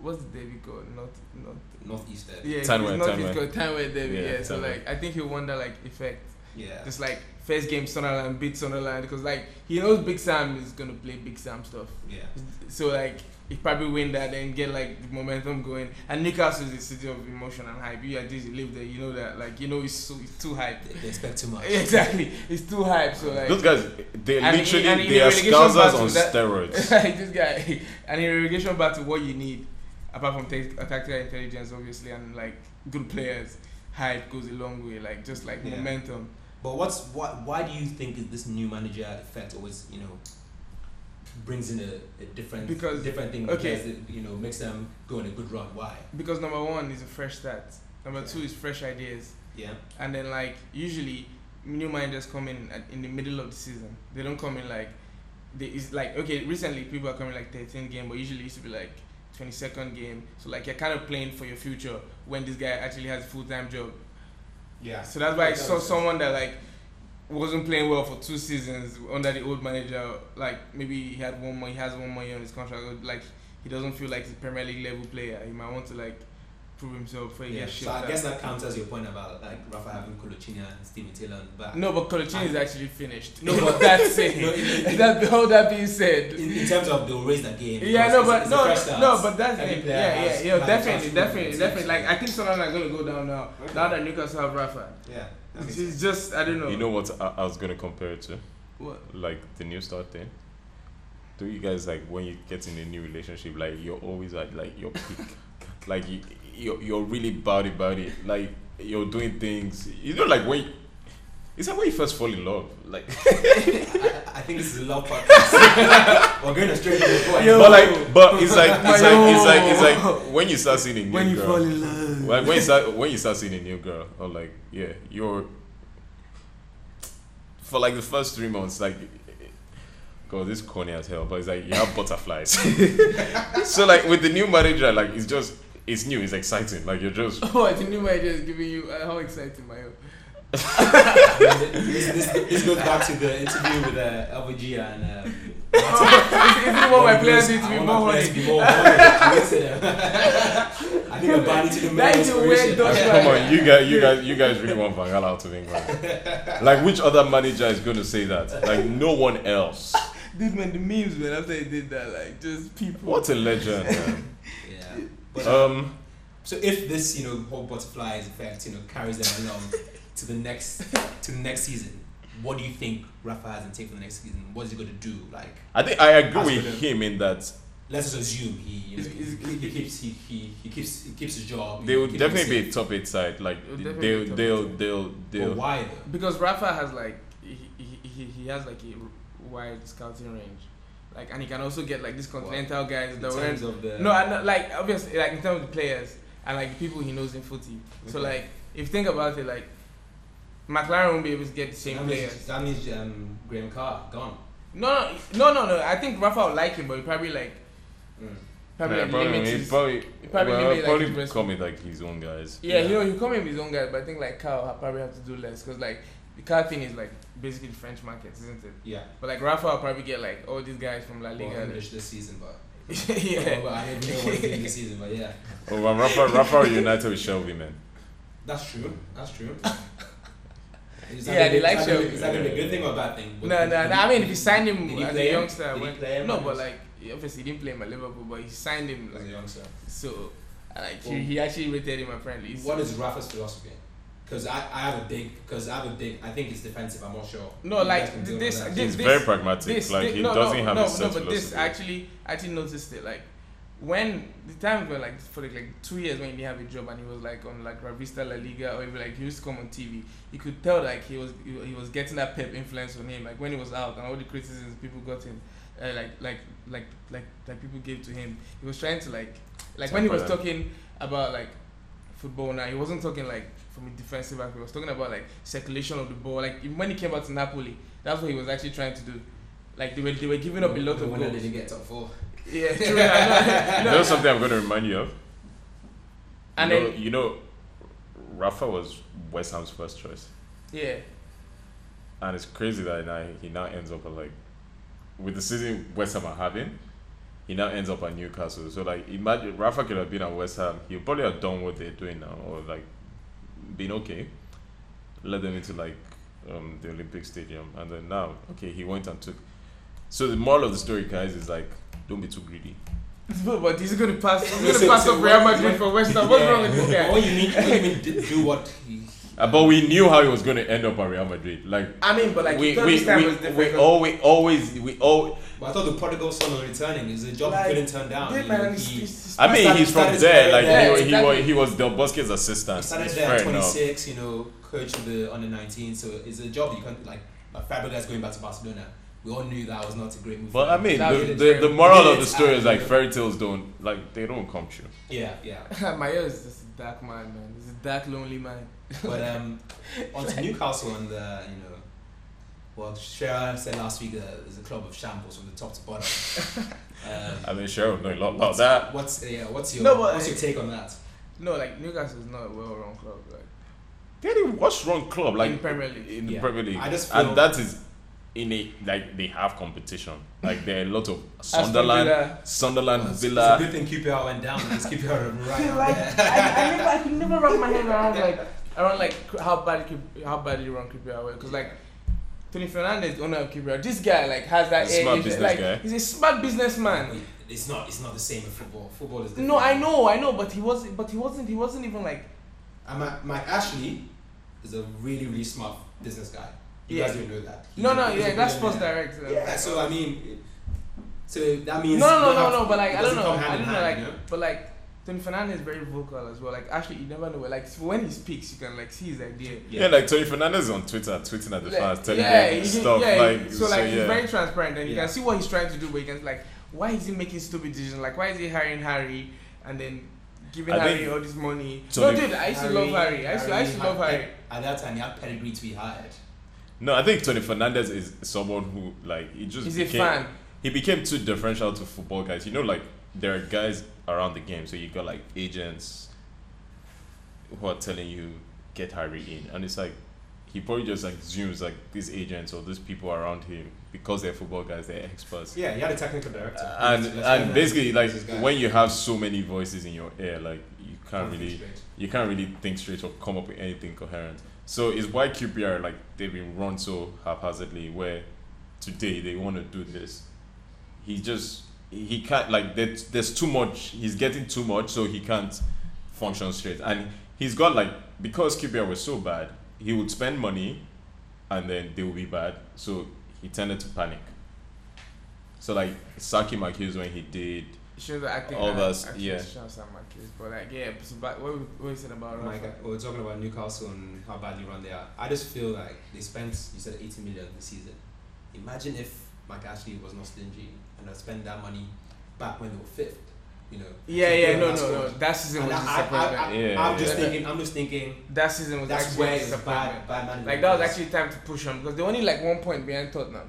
Speaker 2: what's the David called? Not not
Speaker 3: Northeast Derby.
Speaker 2: yeah, it's
Speaker 1: Tanwe,
Speaker 2: not
Speaker 1: Tanwe.
Speaker 2: his called Tanwe David,
Speaker 1: Yeah,
Speaker 2: yeah. so
Speaker 1: Tanwe.
Speaker 2: like I think he'll wonder like effect.
Speaker 3: Yeah.
Speaker 2: Just like first game Sunderland beat Sunderland because like he knows Big Sam is gonna play Big Sam stuff.
Speaker 3: Yeah.
Speaker 2: So like he probably win that and get like the momentum going. And Newcastle is a city of emotion and hype. You are just live there, you know that. Like you know it's so it's too hype.
Speaker 3: They, they expect too much.
Speaker 2: exactly, it's too hype. So like
Speaker 1: Those guys, they
Speaker 2: And in-
Speaker 1: literally
Speaker 2: and in
Speaker 1: they
Speaker 2: the
Speaker 1: are
Speaker 2: relegation
Speaker 1: scousers
Speaker 2: battle,
Speaker 1: on
Speaker 2: that-
Speaker 1: steroids.
Speaker 2: like this guy and in irrigation back to what you need apart from tech- tactical intelligence obviously and like good players hype goes a long way like just like
Speaker 3: Yeah.
Speaker 2: momentum
Speaker 3: But what's why? Why do you think is this new manager effect always you know brings in a, a different
Speaker 2: Because-
Speaker 3: different thing?
Speaker 2: okay.
Speaker 3: because it, you know makes them go on a good run. Why?
Speaker 2: because number one is a fresh start number two is fresh ideas
Speaker 3: Yeah.
Speaker 2: and then like usually new managers come in at, in the middle of the season they don't come in like they it's like okay recently people are coming like 13th game but usually it used to be like 22nd game so like you're kind of playing for your future when this guy actually has a full-time job
Speaker 3: Yeah.
Speaker 2: So that's why I saw someone that like wasn't playing well for two seasons under the old manager. Like maybe he had one more, he has one more year on his contract. or, Like he doesn't feel like he's a Premier League level player. He might want to like prove himself before he
Speaker 3: Yeah,
Speaker 2: gets
Speaker 3: so
Speaker 2: shipped.
Speaker 3: I
Speaker 2: out.
Speaker 3: guess that counters your point about like Rafa having Colochina and Steven Taylor on the back.
Speaker 2: no, but Coloccini is actually finished.
Speaker 3: No,
Speaker 2: No,
Speaker 3: but-
Speaker 2: but that's it.
Speaker 3: No, in- in-
Speaker 2: that all that being said.
Speaker 3: In, in terms of they'll raise the game.
Speaker 2: yeah,
Speaker 3: because
Speaker 2: no,
Speaker 3: it's-
Speaker 2: but
Speaker 3: it's a
Speaker 2: no,
Speaker 3: fresh
Speaker 2: no,
Speaker 3: start.
Speaker 2: no, but that's
Speaker 3: Every
Speaker 2: it.
Speaker 3: player
Speaker 2: Yeah,
Speaker 3: has-
Speaker 2: yeah, yeah,
Speaker 3: has a
Speaker 2: definitely,
Speaker 3: chance to
Speaker 2: definitely,
Speaker 3: succeed.
Speaker 2: definitely. Like I think Sunderland are gonna go down now.
Speaker 3: Okay.
Speaker 2: Now that Newcastle have Rafa,
Speaker 3: Yeah. that makes sense.
Speaker 2: it's just I don't know.
Speaker 1: You know what I, I was gonna compare it to?
Speaker 2: What?
Speaker 1: Like the new start thing. Do you guys like when you get in a new relationship? Like you're always at like your peak. like you, you're you're really body body. Like you're doing things. You know, like when. It's like when you first fall in love. Like,
Speaker 3: I, I think this is a love podcast. We're going straight to the point.
Speaker 2: Yo.
Speaker 1: but like, but it's like it's like it's like it's like,
Speaker 2: Yo.
Speaker 1: when you start seeing a new
Speaker 2: When you
Speaker 1: girl.
Speaker 2: fall in love.
Speaker 1: like when you start when you start seeing a new girl, or like yeah, you're for like the first three months, like God, this is corny as hell, but it's like you have butterflies. so like with the new manager, like it's just it's new, it's exciting. Like you're just
Speaker 2: Oh, I think new idea is giving you uh, how exciting my own.
Speaker 3: this, this, this goes back to the interview with uh, LVG and. Um,
Speaker 2: Is it Oh, what my players need to
Speaker 3: I
Speaker 2: be
Speaker 3: want
Speaker 2: more
Speaker 3: my players
Speaker 2: honest?
Speaker 3: to be more honest. I think I'm bad to the
Speaker 2: That is a weird
Speaker 1: like,
Speaker 2: dodge.
Speaker 1: come on, you guys, you guys, you guys really want Van Gaal out of England? Like which other manager is going to say that? Like no one else.
Speaker 2: Dude, man, the memes, man, after he did that, like, just people.
Speaker 1: What a legend. man.
Speaker 3: Yeah. But, uh,
Speaker 1: Um,
Speaker 3: so if this, you know, whole butterfly effect, you know, carries them along to the next to the next season, what do you think Rafa has in take for the next season? What is he going to do? Like,
Speaker 1: I think I agree
Speaker 3: As for
Speaker 1: with him in that
Speaker 3: let's just assume he, you know,
Speaker 2: Is- is-
Speaker 3: he, he keeps he, he, he keeps he keeps his job.
Speaker 1: they will definitely be a top eight side. Like
Speaker 2: It'll
Speaker 1: they'll
Speaker 2: definitely be
Speaker 1: they'll
Speaker 2: top
Speaker 1: they'll,
Speaker 2: eight.
Speaker 1: they'll,
Speaker 3: But why though?
Speaker 2: Because Rafa has, like, he, he, he, he has, like, a wide scouting range. Like, and he can also get, like, these continental guys
Speaker 3: In
Speaker 2: that weren't.
Speaker 3: terms of the
Speaker 2: No, and, uh, like, obviously, like, in terms of the players and, like, the people he knows in footy. So,
Speaker 3: Okay.
Speaker 2: like, if you think about it, like, McLaren won't be able to get the same
Speaker 3: that
Speaker 2: players.
Speaker 3: means, that means um, Graham Carr gone.
Speaker 2: No, no, no, no, no. I think Rafa will like him, but he probably, like,
Speaker 3: Mm.
Speaker 2: probably,
Speaker 1: Yeah,
Speaker 2: like,
Speaker 1: probably,
Speaker 2: limits
Speaker 1: he
Speaker 2: his-
Speaker 1: probably,
Speaker 2: probably
Speaker 1: well,
Speaker 2: limit, like,
Speaker 1: probably
Speaker 2: his best-
Speaker 1: come with like his own guys.
Speaker 2: Yeah,
Speaker 3: Yeah.
Speaker 2: you know, you come in with his own guy, but I think like Kyle ha- probably have to do less because like the car thing is like basically the French market, isn't it?
Speaker 3: Yeah.
Speaker 2: But like Rafa will probably get like all these guys from La
Speaker 3: Well,
Speaker 2: Liga.
Speaker 3: English this season, but
Speaker 2: yeah,
Speaker 3: Well, I didn't know what he did this season, but yeah,
Speaker 1: Oh, well, Rafa, Rafa United with Shelby, man.
Speaker 3: that's true. That's true. Is
Speaker 2: Yeah,
Speaker 3: gonna
Speaker 2: they
Speaker 3: be-
Speaker 2: like
Speaker 3: is that gonna be-
Speaker 2: Shelby.
Speaker 3: Is that gonna be a good thing or a bad thing?
Speaker 2: no, no, no. I mean, if you signed him
Speaker 3: Did he
Speaker 2: as
Speaker 3: play
Speaker 2: a
Speaker 3: him?
Speaker 2: youngster,
Speaker 3: Did he
Speaker 2: when-
Speaker 3: play him
Speaker 2: no,
Speaker 3: or
Speaker 2: but
Speaker 3: not?
Speaker 2: like obviously he didn't play him at Liverpool, but he signed him
Speaker 3: As a
Speaker 2: like
Speaker 3: youngster.
Speaker 2: so. and, Like
Speaker 3: Well-
Speaker 2: he, he actually rated him apparently. So.
Speaker 3: What is Rafa's philosophy? Because I, I have a big, because I have a big. I think it's defensive. I'm not sure.
Speaker 2: No,
Speaker 3: You
Speaker 2: like,
Speaker 3: guys can deal
Speaker 2: this-
Speaker 3: with that.
Speaker 2: this-
Speaker 1: He's very pragmatic. like
Speaker 2: thi-
Speaker 1: he
Speaker 2: no,
Speaker 1: doesn't
Speaker 2: no,
Speaker 1: have
Speaker 2: no,
Speaker 1: a set
Speaker 2: no, but
Speaker 1: philosophy.
Speaker 2: this actually I actually noticed it like when the time when like for like, like two years when he didn't have a job and he was like on like Ravista La Liga or even like he used to come on TV, you could tell like he was he, he was getting that Pep influence on him like when he was out and all the criticisms people got him, uh, like like like like like people gave to him, he was trying to like like when he was
Speaker 1: Temper them.
Speaker 2: talking about like football now he wasn't talking like from a defensive aspect he was talking about like circulation of the ball like even when he came out to Napoli that's what he was actually trying to do like they were they were giving up a lot
Speaker 3: No
Speaker 2: of
Speaker 3: wonder they
Speaker 2: goals
Speaker 3: didn't get top four.
Speaker 2: yeah true, I know.
Speaker 1: you know something I'm going to remind you of.
Speaker 2: and
Speaker 1: you know,
Speaker 2: then
Speaker 1: you know, Rafa was West Ham's first choice,
Speaker 2: Yeah.
Speaker 1: and it's crazy that now he now ends up at like, with the season West Ham are having, he now ends up at Newcastle. So like, imagine Rafa could have been at West Ham, he would probably have done what they're doing now, or like, been okay, led them into like, um, the Olympic Stadium, and then now, okay, he went and took. So the moral of the story, guys, is like, don't be too greedy.
Speaker 2: But, but he's going to pass. He's going
Speaker 3: Listen,
Speaker 2: to pass
Speaker 3: so
Speaker 2: up Real
Speaker 3: what-
Speaker 2: Madrid
Speaker 3: what-
Speaker 2: for West Ham. What's wrong with this
Speaker 3: All
Speaker 2: guy?
Speaker 3: you need to even d- do what he.
Speaker 1: Uh, but we knew how he was going to end up at Real Madrid. Like
Speaker 2: I mean, but like
Speaker 1: we,
Speaker 2: thought
Speaker 1: we,
Speaker 2: this time
Speaker 1: we,
Speaker 2: was
Speaker 1: we,
Speaker 2: different.
Speaker 1: always always we all.
Speaker 3: But I thought the prodigal son on returning is a job
Speaker 2: Like,
Speaker 3: he couldn't turn down.
Speaker 2: yeah,
Speaker 3: He-
Speaker 2: man,
Speaker 3: he,
Speaker 2: it's-
Speaker 3: he
Speaker 2: it's-
Speaker 1: I mean,
Speaker 3: started-
Speaker 1: he's from
Speaker 3: started
Speaker 1: there.
Speaker 3: his
Speaker 1: Like
Speaker 2: career
Speaker 1: he,
Speaker 2: there,
Speaker 1: he, was,
Speaker 2: exactly.
Speaker 1: he was Del Bosque's assistant.
Speaker 3: started
Speaker 1: Uh, It's
Speaker 3: there at
Speaker 1: fair enough.
Speaker 3: 26, you know, coach of the under 19. So it's a job you can't like. Like Fabregas going back to Barcelona. We all knew that was not a great move.
Speaker 1: But
Speaker 3: for
Speaker 1: I
Speaker 3: him.
Speaker 1: mean,
Speaker 2: That
Speaker 1: the,
Speaker 2: was
Speaker 1: the, the
Speaker 2: the
Speaker 1: moral of the
Speaker 3: It's
Speaker 1: story is like
Speaker 3: actually-
Speaker 1: fairy tales don't like they don't come true.
Speaker 3: yeah, yeah.
Speaker 2: Mayo is just a dark man, man. He's a dark, lonely man.
Speaker 3: But um, on to Newcastle and the you know, well, Shara said last week that there's a club of shambles from the top to bottom. um,
Speaker 1: I mean, sure, know a lot about that.
Speaker 3: what's yeah? What's your
Speaker 2: No, but-
Speaker 3: what's your take on that?
Speaker 2: No, like Newcastle is not a well-run club. Like
Speaker 1: Daddy, what's wrong club? Like
Speaker 2: In Premier League.
Speaker 1: In the
Speaker 3: Yeah.
Speaker 1: Premier League,
Speaker 3: I just feel-
Speaker 1: and that is in a like they have competition. Like there are a lot of
Speaker 2: Aston
Speaker 1: Sunderland,
Speaker 2: Villa-
Speaker 1: Sunderland,
Speaker 3: It's-
Speaker 1: Villa.
Speaker 3: It's a good thing QPR went down. Let's keep her right
Speaker 2: feel
Speaker 3: on
Speaker 2: like
Speaker 3: there.
Speaker 2: I, I never I could never wrap my head around like around like how bad Kip- how badly wrong Kibra was because like Tony Fernandez owner of Kibra this guy like has that
Speaker 1: He's a smart
Speaker 2: edge,
Speaker 1: business
Speaker 2: like
Speaker 1: guy.
Speaker 2: he's a smart businessman.
Speaker 3: It's not. It's not the same with football. Football is.
Speaker 2: No,
Speaker 3: different.
Speaker 2: I know, I know, but he was but he wasn't he wasn't even like
Speaker 3: And Mike, Mike Ashley is a really, really smart business guy. You
Speaker 2: Yeah.
Speaker 3: guys didn't know that. He's
Speaker 2: no
Speaker 3: a-
Speaker 2: no
Speaker 3: he's a
Speaker 2: yeah that's
Speaker 3: billionaire.
Speaker 2: Sports Direct. uh,
Speaker 3: Yeah. So I mean, so that means.
Speaker 2: No,
Speaker 3: you
Speaker 2: no,
Speaker 3: don't
Speaker 2: no,
Speaker 3: have-
Speaker 2: no, no, but like
Speaker 3: it
Speaker 2: I don't
Speaker 3: doesn't
Speaker 2: know,
Speaker 3: come hand
Speaker 2: I
Speaker 3: in
Speaker 2: don't know,
Speaker 3: hand,
Speaker 2: like,
Speaker 3: you know?
Speaker 2: but like, Tony Fernandez is very vocal as well. Like, actually, you never know. Like, when he speaks, you can like see his idea.
Speaker 1: Yeah, like Tony Fernandez is on Twitter, tweeting at the
Speaker 2: Like,
Speaker 1: fans, telling
Speaker 2: yeah,
Speaker 1: them
Speaker 2: he-
Speaker 1: stuff.
Speaker 2: yeah, he-
Speaker 1: like,
Speaker 2: so, like, he's
Speaker 1: yeah.
Speaker 2: very transparent, and you
Speaker 3: Yeah.
Speaker 2: can see what he's trying to do. But you can like, why is he making stupid decisions? Like, why is he hiring Harry and then giving
Speaker 1: I
Speaker 2: Harry
Speaker 1: think-
Speaker 2: all this money?
Speaker 1: So
Speaker 2: no,
Speaker 1: the-
Speaker 2: dude, I used to love Harry. I used to, I used to
Speaker 3: had
Speaker 2: love Harry.
Speaker 3: pe- At that time, he had pedigree to be hired.
Speaker 1: No, I think Tony Fernandez is someone who like he just
Speaker 2: He's a
Speaker 1: became,
Speaker 2: fan.
Speaker 1: he became too differential to football guys. You know, like there are guys around the game, so you got like agents who are telling you get Harry in, and it's like he probably just like assumes like these agents or these people around him because they're football guys, they're experts.
Speaker 3: Yeah, he had a technical director.
Speaker 1: And
Speaker 3: Let's- let's
Speaker 1: and
Speaker 3: go
Speaker 1: basically
Speaker 3: there.
Speaker 1: like
Speaker 3: This guy.
Speaker 1: when you have so many voices in your ear, like you can't really
Speaker 3: Straight.
Speaker 1: you can't really think straight or come up with anything coherent. So it's why QPR like they've been run so haphazardly. Where today they want to do this, he just he can't like there's, there's too much. He's getting too much, so he can't function straight. And he's got like because QPR was so bad, he would spend money, and then they would be bad. So he tended to panic. So like Saki Makis when he did,
Speaker 2: Shows that I think
Speaker 1: All
Speaker 2: I-
Speaker 1: those,
Speaker 2: actually
Speaker 1: yeah.
Speaker 2: shows some of my kids, but like, yeah. So, but what we, what we said about
Speaker 3: Mike,
Speaker 2: Rafa?
Speaker 3: Oh we were talking about Newcastle and how badly run they are. I just feel like they spent, you said 80 million this season. Imagine if Mike Ashley was not stingy and had spent that money back when they were fifth. You know.
Speaker 2: Yeah,
Speaker 3: So
Speaker 2: yeah,
Speaker 3: they
Speaker 2: no,
Speaker 3: were last
Speaker 2: no, no.
Speaker 3: squad.
Speaker 2: That season
Speaker 3: And
Speaker 2: was
Speaker 3: I,
Speaker 2: disappointment.
Speaker 3: I, I,
Speaker 1: Yeah,
Speaker 3: am just
Speaker 2: yeah.
Speaker 3: thinking. I'm just thinking.
Speaker 2: That season was
Speaker 3: That's
Speaker 2: actually
Speaker 3: where
Speaker 2: a
Speaker 3: it's
Speaker 2: disappointment.
Speaker 3: bad, bad management.
Speaker 2: Like that was
Speaker 3: was.
Speaker 2: actually time to push them because they only like one point behind Tottenham.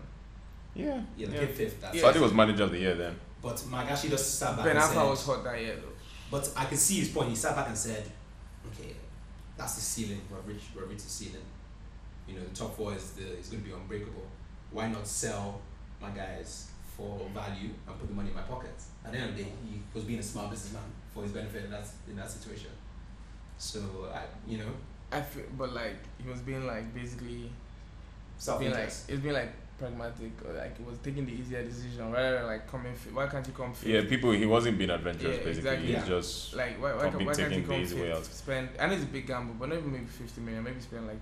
Speaker 1: yeah,
Speaker 3: yeah, they
Speaker 1: yeah.
Speaker 3: came fifth. That's
Speaker 2: Yeah.
Speaker 1: So I think it was manager of the year then.
Speaker 3: But Mike Ashley just sat back
Speaker 2: Ben
Speaker 3: and said.
Speaker 2: Alpha was hot that year though.
Speaker 3: But I could see his point. He sat back and said, "Okay, that's the ceiling. We've reached, we've reached the ceiling. You know, the top four is the is going to be unbreakable. Why not sell my guys for value and put the money in my pocket? At the end of the day, he was being a smart businessman for his benefit in that in that situation. So I, you know,
Speaker 2: I feel, but like he was being like basically
Speaker 3: self
Speaker 2: being like
Speaker 3: interest.
Speaker 2: it's being like pragmatic or like he was taking the easier decision rather than like coming. Fi- why can't you come fit?
Speaker 1: Yeah, people. He wasn't being adventurous.
Speaker 2: Yeah,
Speaker 1: basically,
Speaker 2: exactly.
Speaker 1: he's
Speaker 3: Yeah.
Speaker 1: just
Speaker 2: Like why why,
Speaker 1: Can't be
Speaker 2: can, why can't you
Speaker 1: taking the
Speaker 2: come
Speaker 1: easy way
Speaker 2: fit?
Speaker 1: out.
Speaker 2: Spend I know it's a big gamble, but not even maybe fifty million. Maybe spend like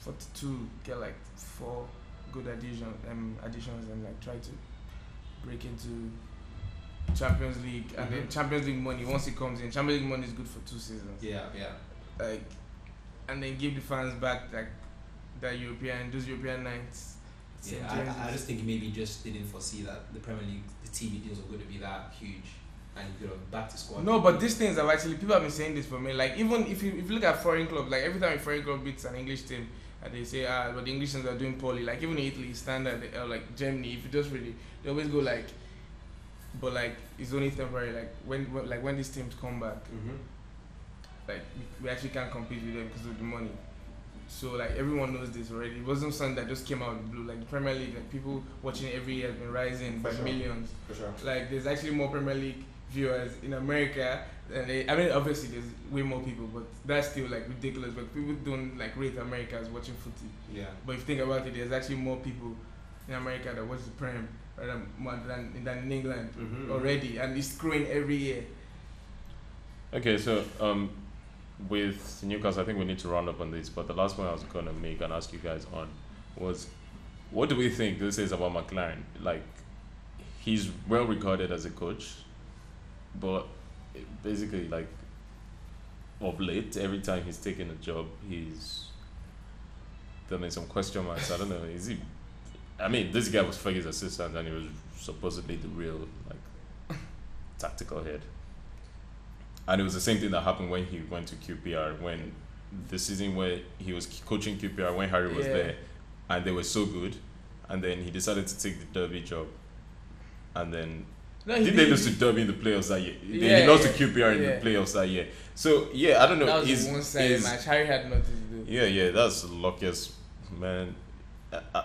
Speaker 2: forty two. Get like four good additions um, additions and like try to break into Champions League and then
Speaker 1: Mm-hmm.
Speaker 3: Mhm.
Speaker 2: Champions League money once it comes in. Champions League money is good for two seasons.
Speaker 3: Yeah, yeah.
Speaker 2: like and then give the fans back like that European those European nights. St.
Speaker 3: Yeah, I- I, I
Speaker 2: James's.
Speaker 3: just think maybe just didn't foresee that the Premier League, the TV deals were going to be that huge, and you know, back to squad.
Speaker 2: no, but these things have actually people have been saying this for me. Like even if you if you look at foreign clubs, like every time a foreign club beats an English team, and they say ah, but the English teams are doing poorly. Like even in Italy, standard or like Germany, if you just really they always go like, but like it's only temporary. Like when, when like when these teams come back,
Speaker 3: Mhm.
Speaker 2: like we- we actually can't compete with them because of the money. So like everyone knows this already. It wasn't something that just came out of the blue. Like the Premier League, like people watching every year has been rising
Speaker 4: For
Speaker 2: by
Speaker 4: sure.
Speaker 2: millions.
Speaker 4: for sure.
Speaker 2: Like there's actually more Premier League viewers in America than they, I mean obviously there's way more people, but that's still like ridiculous. But people don't like rate America as watching footy.
Speaker 4: Yeah.
Speaker 2: But if you think about it, there's actually more people in America that watch the Prem rather more than, than in England
Speaker 1: Hmm.
Speaker 4: Mm-hmm.
Speaker 2: already, and it's growing every year.
Speaker 1: Okay, so um, with Newcastle, I think we need to round up on this. But the last point I was going to make and ask you guys on was, what do we think this is about McLaren? Like, he's well regarded as a coach, but it- basically, like, of late, every time he's taken a job, he's there been some question marks. I don't know. Is he? I mean, this guy was Fergie's assistant, and he was supposedly the real like tactical head. And it was the same thing that happened when he went to QPR when the season where he was coaching QPR when Harry was
Speaker 2: Yeah.
Speaker 1: there and they were so good and then he decided to take the derby job and then
Speaker 2: No,
Speaker 1: did they lose to derby in the playoffs that year They-
Speaker 2: Yeah,
Speaker 1: he lost
Speaker 2: yeah,
Speaker 1: to QPR in
Speaker 2: yeah.
Speaker 1: the playoffs that year so yeah I don't know
Speaker 2: that was
Speaker 1: he's-
Speaker 2: a one-sided
Speaker 1: he's-
Speaker 2: match. Harry had nothing to do.
Speaker 1: yeah, yeah, that's the luckiest man. Uh, uh,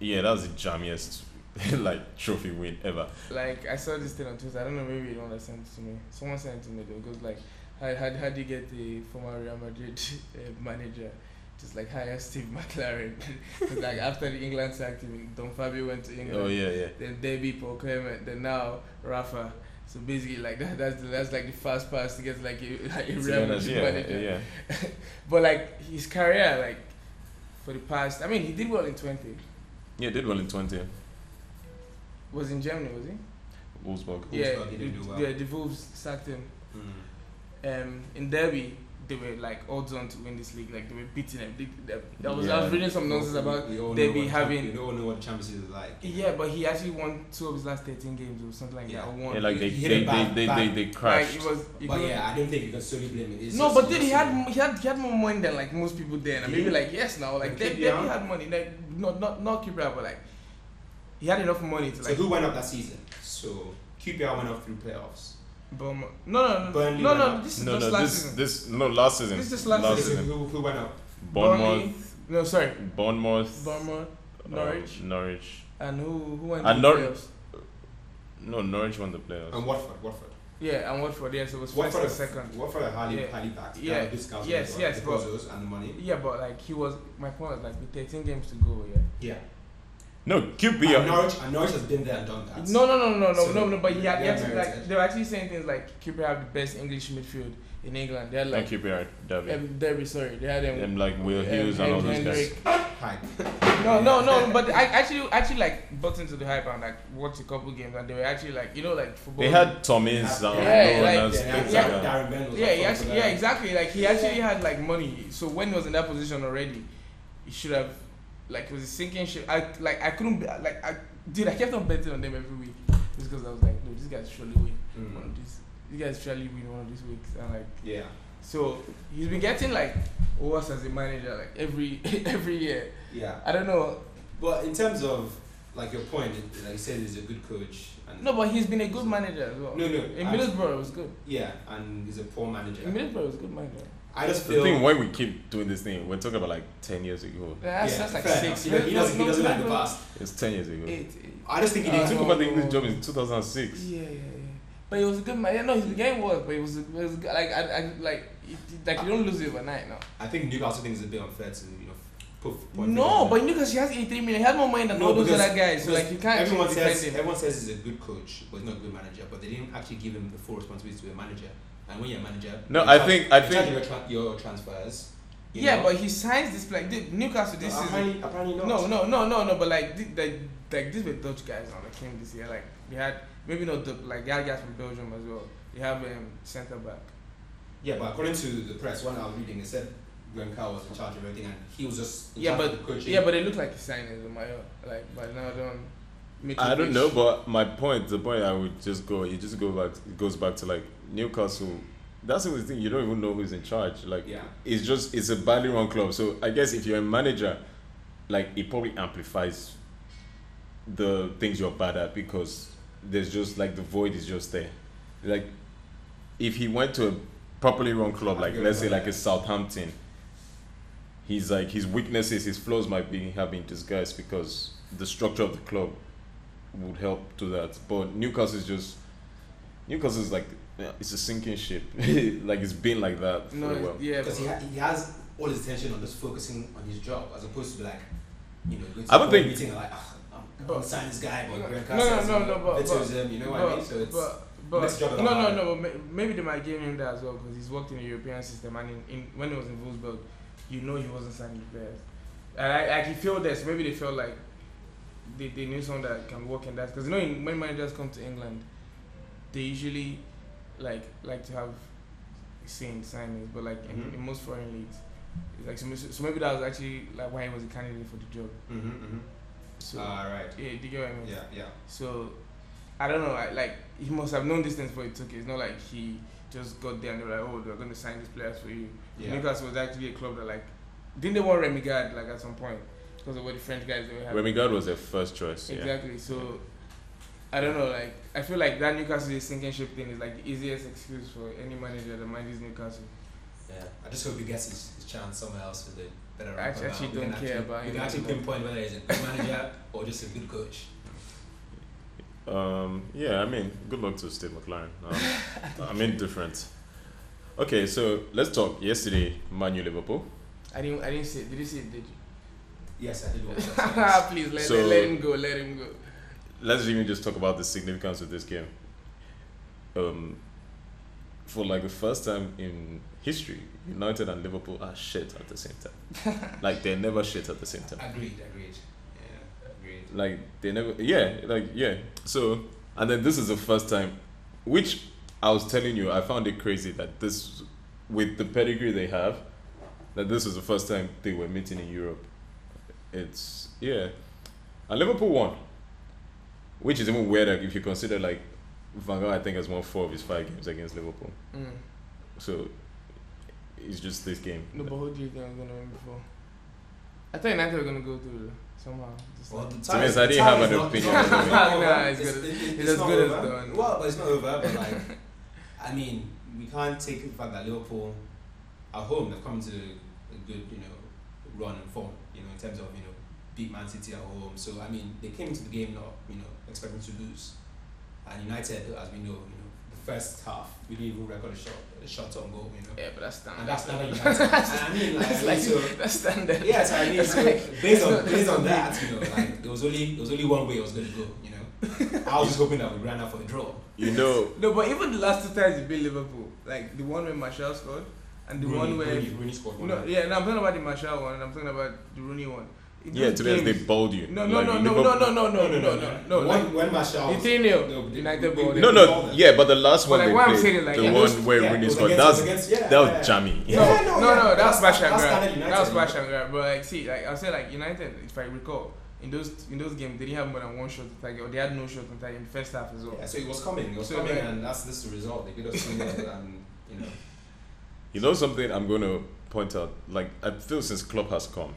Speaker 1: yeah, that was the jammiest like trophy win ever.
Speaker 2: Like I saw this thing on Twitter. I don't know. Maybe you don't understand it to me. Someone sent it to me. Though. It goes like, how, how, how do you get the former Real Madrid uh, manager? Just like hire Steve McLaren. It's like after the England sacked him, Don Fabio went to England.
Speaker 1: Oh yeah, yeah.
Speaker 2: Then Debbie Paul Clement. Then now Rafa. So basically, like that. That's the, that's like the fast pass to get like a, like
Speaker 1: To
Speaker 2: a
Speaker 1: be
Speaker 2: Real
Speaker 1: honest,
Speaker 2: Madrid
Speaker 1: yeah,
Speaker 2: manager.
Speaker 1: yeah.
Speaker 2: But like his career, like for the past, I mean, he did well in twenty.
Speaker 1: Yeah, did well in twenty.
Speaker 2: Was in Germany, was he?
Speaker 1: Wolfsburg.
Speaker 2: yeah,
Speaker 3: Wolfsburg, he didn't
Speaker 2: the-
Speaker 3: do well.
Speaker 2: yeah. The Wolves sacked him. Um, in Derby, they were like odds on to win this league. Like they were beating them. They, they, I was I was
Speaker 1: Yeah.
Speaker 2: reading some nonsense about.
Speaker 3: we all
Speaker 2: they
Speaker 3: know
Speaker 2: be
Speaker 3: what
Speaker 2: having-
Speaker 3: We all know what the Champions League is like.
Speaker 2: Yeah, but he actually won two of his last thirteen games or something like
Speaker 3: Yeah.
Speaker 2: that. Or
Speaker 1: Yeah,
Speaker 2: one.
Speaker 1: like they
Speaker 3: He hit
Speaker 1: they,
Speaker 3: it
Speaker 1: they,
Speaker 3: back-
Speaker 1: they, they
Speaker 3: back.
Speaker 1: they
Speaker 2: Like,
Speaker 1: crashed.
Speaker 2: it was. It
Speaker 3: But
Speaker 2: was-
Speaker 3: yeah, I don't think you can solely blame it. It's
Speaker 2: No,
Speaker 3: just-
Speaker 2: but
Speaker 3: it's
Speaker 2: then
Speaker 3: just-
Speaker 2: he had he had he had more money than like most people then, and
Speaker 3: Did
Speaker 2: maybe
Speaker 3: he?
Speaker 2: like yes now like
Speaker 3: Like
Speaker 2: then,
Speaker 3: KPR?
Speaker 2: then he had money like not not not Kibra but like he had enough money to
Speaker 3: So
Speaker 2: like
Speaker 3: who went up that season? So QPR went up through playoffs.
Speaker 2: Burma. um, No no no
Speaker 3: Burnley
Speaker 2: no
Speaker 3: went
Speaker 2: no
Speaker 3: up.
Speaker 2: this is
Speaker 1: no,
Speaker 2: just
Speaker 1: no,
Speaker 2: last
Speaker 1: this
Speaker 2: season.
Speaker 1: this no last season.
Speaker 2: This is just last
Speaker 3: So
Speaker 2: season.
Speaker 3: Who, who went up?
Speaker 2: Burnley-
Speaker 1: Bournemouth,
Speaker 2: No sorry,
Speaker 1: Bournemouth,
Speaker 2: Burma,
Speaker 1: um,
Speaker 2: Norwich,
Speaker 1: Norwich.
Speaker 2: and who who went
Speaker 1: And
Speaker 2: to the
Speaker 1: Nor-
Speaker 2: playoffs?
Speaker 1: No, Norwich won the playoffs.
Speaker 3: And Watford. Watford.
Speaker 2: Yeah, and Watford. Yes, it was first
Speaker 3: Watford
Speaker 2: or
Speaker 3: are
Speaker 2: second.
Speaker 3: Watford are highly,
Speaker 2: Yeah.
Speaker 3: highly backed.
Speaker 2: Yeah.
Speaker 3: They have a good scout
Speaker 2: Yes,
Speaker 3: record
Speaker 2: yes,
Speaker 3: because
Speaker 2: but-
Speaker 3: of those and the money.
Speaker 2: Yeah, but like he was. My point was like with 13 games to go. Yeah.
Speaker 3: Yeah.
Speaker 1: no,
Speaker 3: And
Speaker 1: QPR.
Speaker 3: Norwich, and Norwich has been there and done that.
Speaker 2: No, no, no, no, no,
Speaker 3: So
Speaker 2: no, no. But he had, he
Speaker 3: they are
Speaker 2: had to, like
Speaker 3: merited.
Speaker 2: they were actually saying things like Cooper have the best English midfield in England. They had
Speaker 1: Not
Speaker 2: like
Speaker 1: QPR. Derby.
Speaker 2: um, Derby. Sorry, they had them.
Speaker 1: And like Will Hughes and all those guys.
Speaker 3: Hype.
Speaker 2: No, no, no. But I actually, actually like bought into the hype and like watched a couple games, and they were actually like, you know, like football.
Speaker 1: They had Tommins and
Speaker 2: Yeah,
Speaker 1: no
Speaker 2: like-
Speaker 1: one else,
Speaker 3: Yeah,
Speaker 1: things
Speaker 2: yeah.
Speaker 1: like that.
Speaker 3: Darren Bend was
Speaker 2: Yeah,
Speaker 3: up
Speaker 2: he
Speaker 3: front
Speaker 2: actually,
Speaker 3: for
Speaker 2: yeah,
Speaker 3: that.
Speaker 2: exactly. Like he actually had like money. So when he was in that position already, he should have like it was a sinking ship. I like I couldn't be- like I dude. I kept on betting on them every week just because I was like, no, these guys surely win one
Speaker 3: Mm.
Speaker 2: of these. These guys surely win one of these weeks. And like
Speaker 3: Yeah.
Speaker 2: so, he's been getting like worse as a manager like every every year.
Speaker 3: Yeah.
Speaker 2: I don't know.
Speaker 3: But in terms of like your point, like you said, he's a good coach. And
Speaker 2: No, but he's been a good manager as well.
Speaker 3: No, no,
Speaker 2: In
Speaker 3: I-
Speaker 2: Middlesbrough, it was good.
Speaker 3: yeah, and he's a poor manager.
Speaker 2: In Middlesbrough, it was a good manager.
Speaker 3: I just
Speaker 1: The
Speaker 3: feel
Speaker 1: thing why we keep doing this thing, we're talking about like ten years ago.
Speaker 2: That's,
Speaker 3: yeah,
Speaker 2: that's like
Speaker 3: fair
Speaker 2: six.
Speaker 3: enough. He doesn't, he doesn't like the
Speaker 2: Middlesbrough-
Speaker 3: past.
Speaker 1: It's ten years ago.
Speaker 2: Eight, eight.
Speaker 3: I just think he
Speaker 1: He
Speaker 3: didn't.
Speaker 1: took over the English job in two thousand six.
Speaker 2: Yeah, yeah, yeah. But it was a good man. Yeah, no, the game was, but it was, it was like I, I like it, like you don't lose it overnight now.
Speaker 3: I think Newcastle thinks it's a bit unfair to you know put. point
Speaker 2: No,
Speaker 3: fingers
Speaker 2: but
Speaker 3: at him.
Speaker 2: you know, 'cause she has 83 million. He has more money than
Speaker 3: No,
Speaker 2: all those
Speaker 3: because-
Speaker 2: other guys. So
Speaker 3: because
Speaker 2: like you can't.
Speaker 3: Everyone
Speaker 2: defend
Speaker 3: says
Speaker 2: him.
Speaker 3: everyone says he's a good coach, but he's not a good manager. But they didn't actually give him the full responsibility to be a manager. And when you're a manager,
Speaker 1: No,
Speaker 3: you're
Speaker 1: I
Speaker 3: charge-
Speaker 1: think- I
Speaker 3: you're charging
Speaker 1: think-
Speaker 3: your, tra- your transfers. you
Speaker 2: yeah,
Speaker 3: know?
Speaker 2: but he signs this like dude, Newcastle this
Speaker 3: No,
Speaker 2: season.
Speaker 3: apparently, apparently not.
Speaker 2: No, no, no, no, no. But like, th- like, like these were Dutch guys now that came this year. Like they had maybe not the, like they had guys from Belgium as well. They have um, centre back.
Speaker 3: Yeah, but according to the press, when I was reading, it said Graham Carl was in charge of everything, and he was just in
Speaker 2: Yeah,
Speaker 3: charge
Speaker 2: but-
Speaker 3: of the coaching.
Speaker 2: Yeah, but they look like he signed as a mayor. Like, but now they don't. Make
Speaker 1: I
Speaker 2: it
Speaker 1: don't
Speaker 2: rich.
Speaker 1: know, but my point, the point I would just go, it just go back, it goes back to like Newcastle. That's the thing. You don't even know who's in charge. Like
Speaker 3: yeah,
Speaker 1: it's just it's a badly run club. So I guess if you're a manager, like it probably amplifies the things you're bad at because there's just like the void is just there. Like if he went to a properly run club, like let's say like a Southampton, he's like his weaknesses, his flaws might be have been disguised because the structure of the club would help to that. But Newcastle is just Newcastle is like yeah, it's a sinking ship. like it's been like that for
Speaker 2: No,
Speaker 1: a while.
Speaker 2: it's- yeah,
Speaker 3: Because he, ha-
Speaker 2: but
Speaker 3: he has all his attention on just focusing on his job as opposed to be like, you know, going to
Speaker 1: I don't
Speaker 3: a
Speaker 1: think-
Speaker 3: meeting like, "Ah, I'm going
Speaker 2: But-
Speaker 3: to sign this guy,
Speaker 2: No,
Speaker 3: but Graham
Speaker 2: no,
Speaker 3: Castle,
Speaker 2: no, no, but- but-
Speaker 3: him, you know what I mean? So
Speaker 2: but,
Speaker 3: it's
Speaker 2: but,
Speaker 3: let's
Speaker 2: but
Speaker 3: drop it
Speaker 2: no,
Speaker 3: on
Speaker 2: no,
Speaker 3: that.
Speaker 2: no. But may- maybe they might give him that as well because he's worked in the European system and in, in when he was in Wolfsburg, you know he wasn't signing players, and I, like he feel this. Maybe they felt like they, they knew someone that can work in that because you know in- when managers come to England, they usually like like to have seen signings, but like in,
Speaker 3: Mhm.
Speaker 2: in most foreign leagues, it's like so, maybe- so maybe that was actually like why he was a candidate for the job.
Speaker 3: mm-hmm, mm-hmm.
Speaker 2: So
Speaker 3: all right,
Speaker 2: yeah, do you get what I mean?
Speaker 3: yeah, yeah.
Speaker 2: So I don't know. I, like he must have known these things before he took it. It's not like he just got there and they were like, "Oh, they're going to sign these players for you."
Speaker 3: Yeah.
Speaker 2: Newcastle was actually a club that like didn't they want Remy Gard like at some point because of what the French guys they were having.
Speaker 1: Remy Gard was their first choice. Yeah.
Speaker 2: Exactly. So I don't know. Like I feel like that Newcastle sinking ship thing is like the easiest excuse for any manager that manages Newcastle.
Speaker 3: Yeah, I just hope he gets his, his chance somewhere else with a better
Speaker 2: I
Speaker 3: record now.
Speaker 2: actually
Speaker 3: We can
Speaker 2: don't care
Speaker 3: actually-
Speaker 2: about
Speaker 3: We
Speaker 2: him
Speaker 3: can actually
Speaker 2: anymore.
Speaker 3: pinpoint whether he's a good manager or just a good coach.
Speaker 1: Um, yeah, I mean, good luck to Steve McLaren. Um, I'm indifferent. Okay, so let's talk. Yesterday, Manu Liverpool.
Speaker 2: I didn't. I didn't see. It. Did you see it? Did you?
Speaker 3: Yes, I did watch that.
Speaker 2: Please let,
Speaker 1: So-
Speaker 2: let him go. Let him go.
Speaker 1: Let's even just talk about the significance of this game. Um, for like the first time in history, United and Liverpool are shit at the same time. like they're never shit at the same time.
Speaker 3: agreed, agreed. Yeah, agreed.
Speaker 1: Like they never, yeah, like yeah. So and then this is the first time, which I was telling you, I found it crazy that this, with the pedigree they have, that this was the first time they were meeting in Europe. It's yeah, and Liverpool won, which is even weirder if you consider like Van Gaal. I think has won four of his five games against Liverpool,
Speaker 2: Mm.
Speaker 1: so it's just this game.
Speaker 2: No, but who do you think I was gonna win before? I thought United were gonna go through somehow. Just
Speaker 3: Well,
Speaker 2: like-
Speaker 3: the
Speaker 1: To be
Speaker 3: tie-
Speaker 1: honest, I
Speaker 3: the
Speaker 1: didn't
Speaker 3: tie
Speaker 1: have
Speaker 3: is
Speaker 1: an
Speaker 3: not-
Speaker 1: opinion
Speaker 3: it's not
Speaker 2: on it.
Speaker 3: over.
Speaker 2: Nah, it's
Speaker 3: It's-
Speaker 2: good.
Speaker 3: it- it-
Speaker 2: It's
Speaker 3: it's
Speaker 2: as
Speaker 3: not
Speaker 2: good as
Speaker 3: over.
Speaker 2: done.
Speaker 3: Well, but it's not over. But like, I mean, we can't take the fact that Liverpool, at home, they've come to a good, you know, run and form. You know, in terms of you know, beat Man City at home. So I mean, they came into the game not you know expecting to lose, and United, as we know, you know, the first half we didn't even record a shot, a shot on goal. You know,
Speaker 2: yeah, but that's
Speaker 3: and
Speaker 2: standard.
Speaker 3: that's not United. And I mean, like,
Speaker 2: That's
Speaker 3: I mean,
Speaker 2: like
Speaker 3: so,
Speaker 2: that's standard.
Speaker 3: yeah, so I mean,
Speaker 2: That's
Speaker 3: so
Speaker 2: like-
Speaker 3: based on based on that, you know, like there was only there was only one way I was gonna go, you know. I was just hoping that we ran out for a draw.
Speaker 1: You know,
Speaker 2: No, but even the last two times you beat Liverpool, like the one where Marshall scored and the
Speaker 3: Rooney-
Speaker 2: one where
Speaker 3: Rooney, Rooney scored one.
Speaker 2: no, yeah, no, I'm talking about the Marshall one and I'm talking about the Rooney one. In
Speaker 1: yeah.
Speaker 2: those
Speaker 1: To be honest, they
Speaker 2: games-
Speaker 1: bowled you.
Speaker 2: no, no,
Speaker 1: Like,
Speaker 2: no, no, no,
Speaker 1: Liverpool-
Speaker 2: no, no, no, no, no, no,
Speaker 3: When,
Speaker 2: like,
Speaker 3: when Martial
Speaker 2: The
Speaker 3: was-
Speaker 2: three 0
Speaker 3: No, they-
Speaker 2: United
Speaker 3: we-
Speaker 2: ball.
Speaker 3: we-
Speaker 1: No,
Speaker 3: All
Speaker 1: no,
Speaker 3: that.
Speaker 1: yeah, but the last
Speaker 2: But
Speaker 1: one
Speaker 2: like
Speaker 1: they
Speaker 2: what I'm
Speaker 1: played,
Speaker 2: saying is like,
Speaker 1: the
Speaker 2: yeah,
Speaker 1: one
Speaker 3: those-
Speaker 1: where
Speaker 3: yeah, it
Speaker 1: Rooney
Speaker 3: was
Speaker 1: scored,
Speaker 3: against- it was
Speaker 1: that's
Speaker 3: against- yeah,
Speaker 1: that was
Speaker 3: yeah, yeah.
Speaker 1: jammy.
Speaker 2: No,
Speaker 3: Yeah,
Speaker 2: no,
Speaker 3: no,
Speaker 2: no,
Speaker 3: yeah.
Speaker 2: that's
Speaker 3: That's-
Speaker 2: Bash and
Speaker 3: that's
Speaker 2: Grab.
Speaker 3: standard United,
Speaker 2: That was
Speaker 3: you
Speaker 2: Bash
Speaker 3: know.
Speaker 2: and Grab. But like, see, like I was saying, like United, if I recall, in those in those games, they didn't have more than one shot on target, or they had no shot on target in the first half as well.
Speaker 3: Yeah, so it was coming, it was
Speaker 2: So,
Speaker 3: coming,
Speaker 2: like-
Speaker 3: and that's this is the result. They could have seen it, and you know,
Speaker 1: You know something I'm going to point out? Like, I feel since Klopp has come,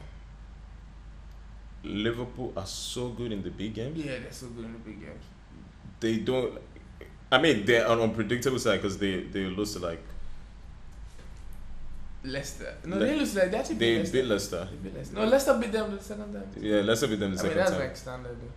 Speaker 1: Liverpool are so good in the big games.
Speaker 2: Yeah, they're so good in the big games.
Speaker 1: They don't. I mean, they're an unpredictable side because they, they lose to, like.
Speaker 2: Leicester. No,
Speaker 1: Le-
Speaker 2: they lose. Like, they actually beat
Speaker 1: They
Speaker 2: Leicester.
Speaker 1: beat Leicester.
Speaker 2: They beat Leicester. No, Leicester beat them the second time.
Speaker 1: Yeah, Leicester beat them the
Speaker 2: I mean,
Speaker 1: second
Speaker 2: that's
Speaker 1: time.
Speaker 2: like standard. Though.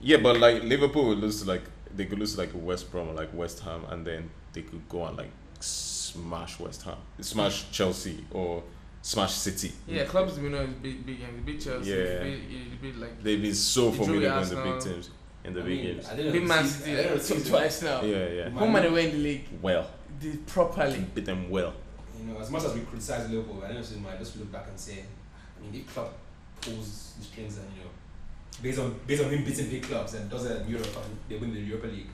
Speaker 1: yeah, but, like, Liverpool would lose to, like. They could lose to, like, West Brom or, like, West Ham, and then they could go and, like, smash West Ham, smash Chelsea, or smash City.
Speaker 2: Yeah, clubs we know is big, big games. They beat Chelsea.
Speaker 1: Yeah.
Speaker 2: Yeah. They beat, they beat like.
Speaker 1: They've been so
Speaker 2: They drew
Speaker 1: formidable in the
Speaker 2: Arsenal.
Speaker 1: big teams, in the
Speaker 3: I
Speaker 1: big
Speaker 3: mean,
Speaker 1: games.
Speaker 3: I didn't
Speaker 2: Beat Man
Speaker 3: see- I
Speaker 2: City
Speaker 3: didn't
Speaker 2: like,
Speaker 3: see
Speaker 2: two
Speaker 3: the-
Speaker 2: twice now.
Speaker 1: Yeah, yeah.
Speaker 2: Home and away in the league,
Speaker 1: Well,
Speaker 2: they properly.
Speaker 1: beat them well.
Speaker 3: You know, as much as we criticize Liverpool, I don't know if it's might just look back and say, I mean, if club pulls the strings and you know, based on based on him beating big clubs and does it in Europe, and they win the Europa League.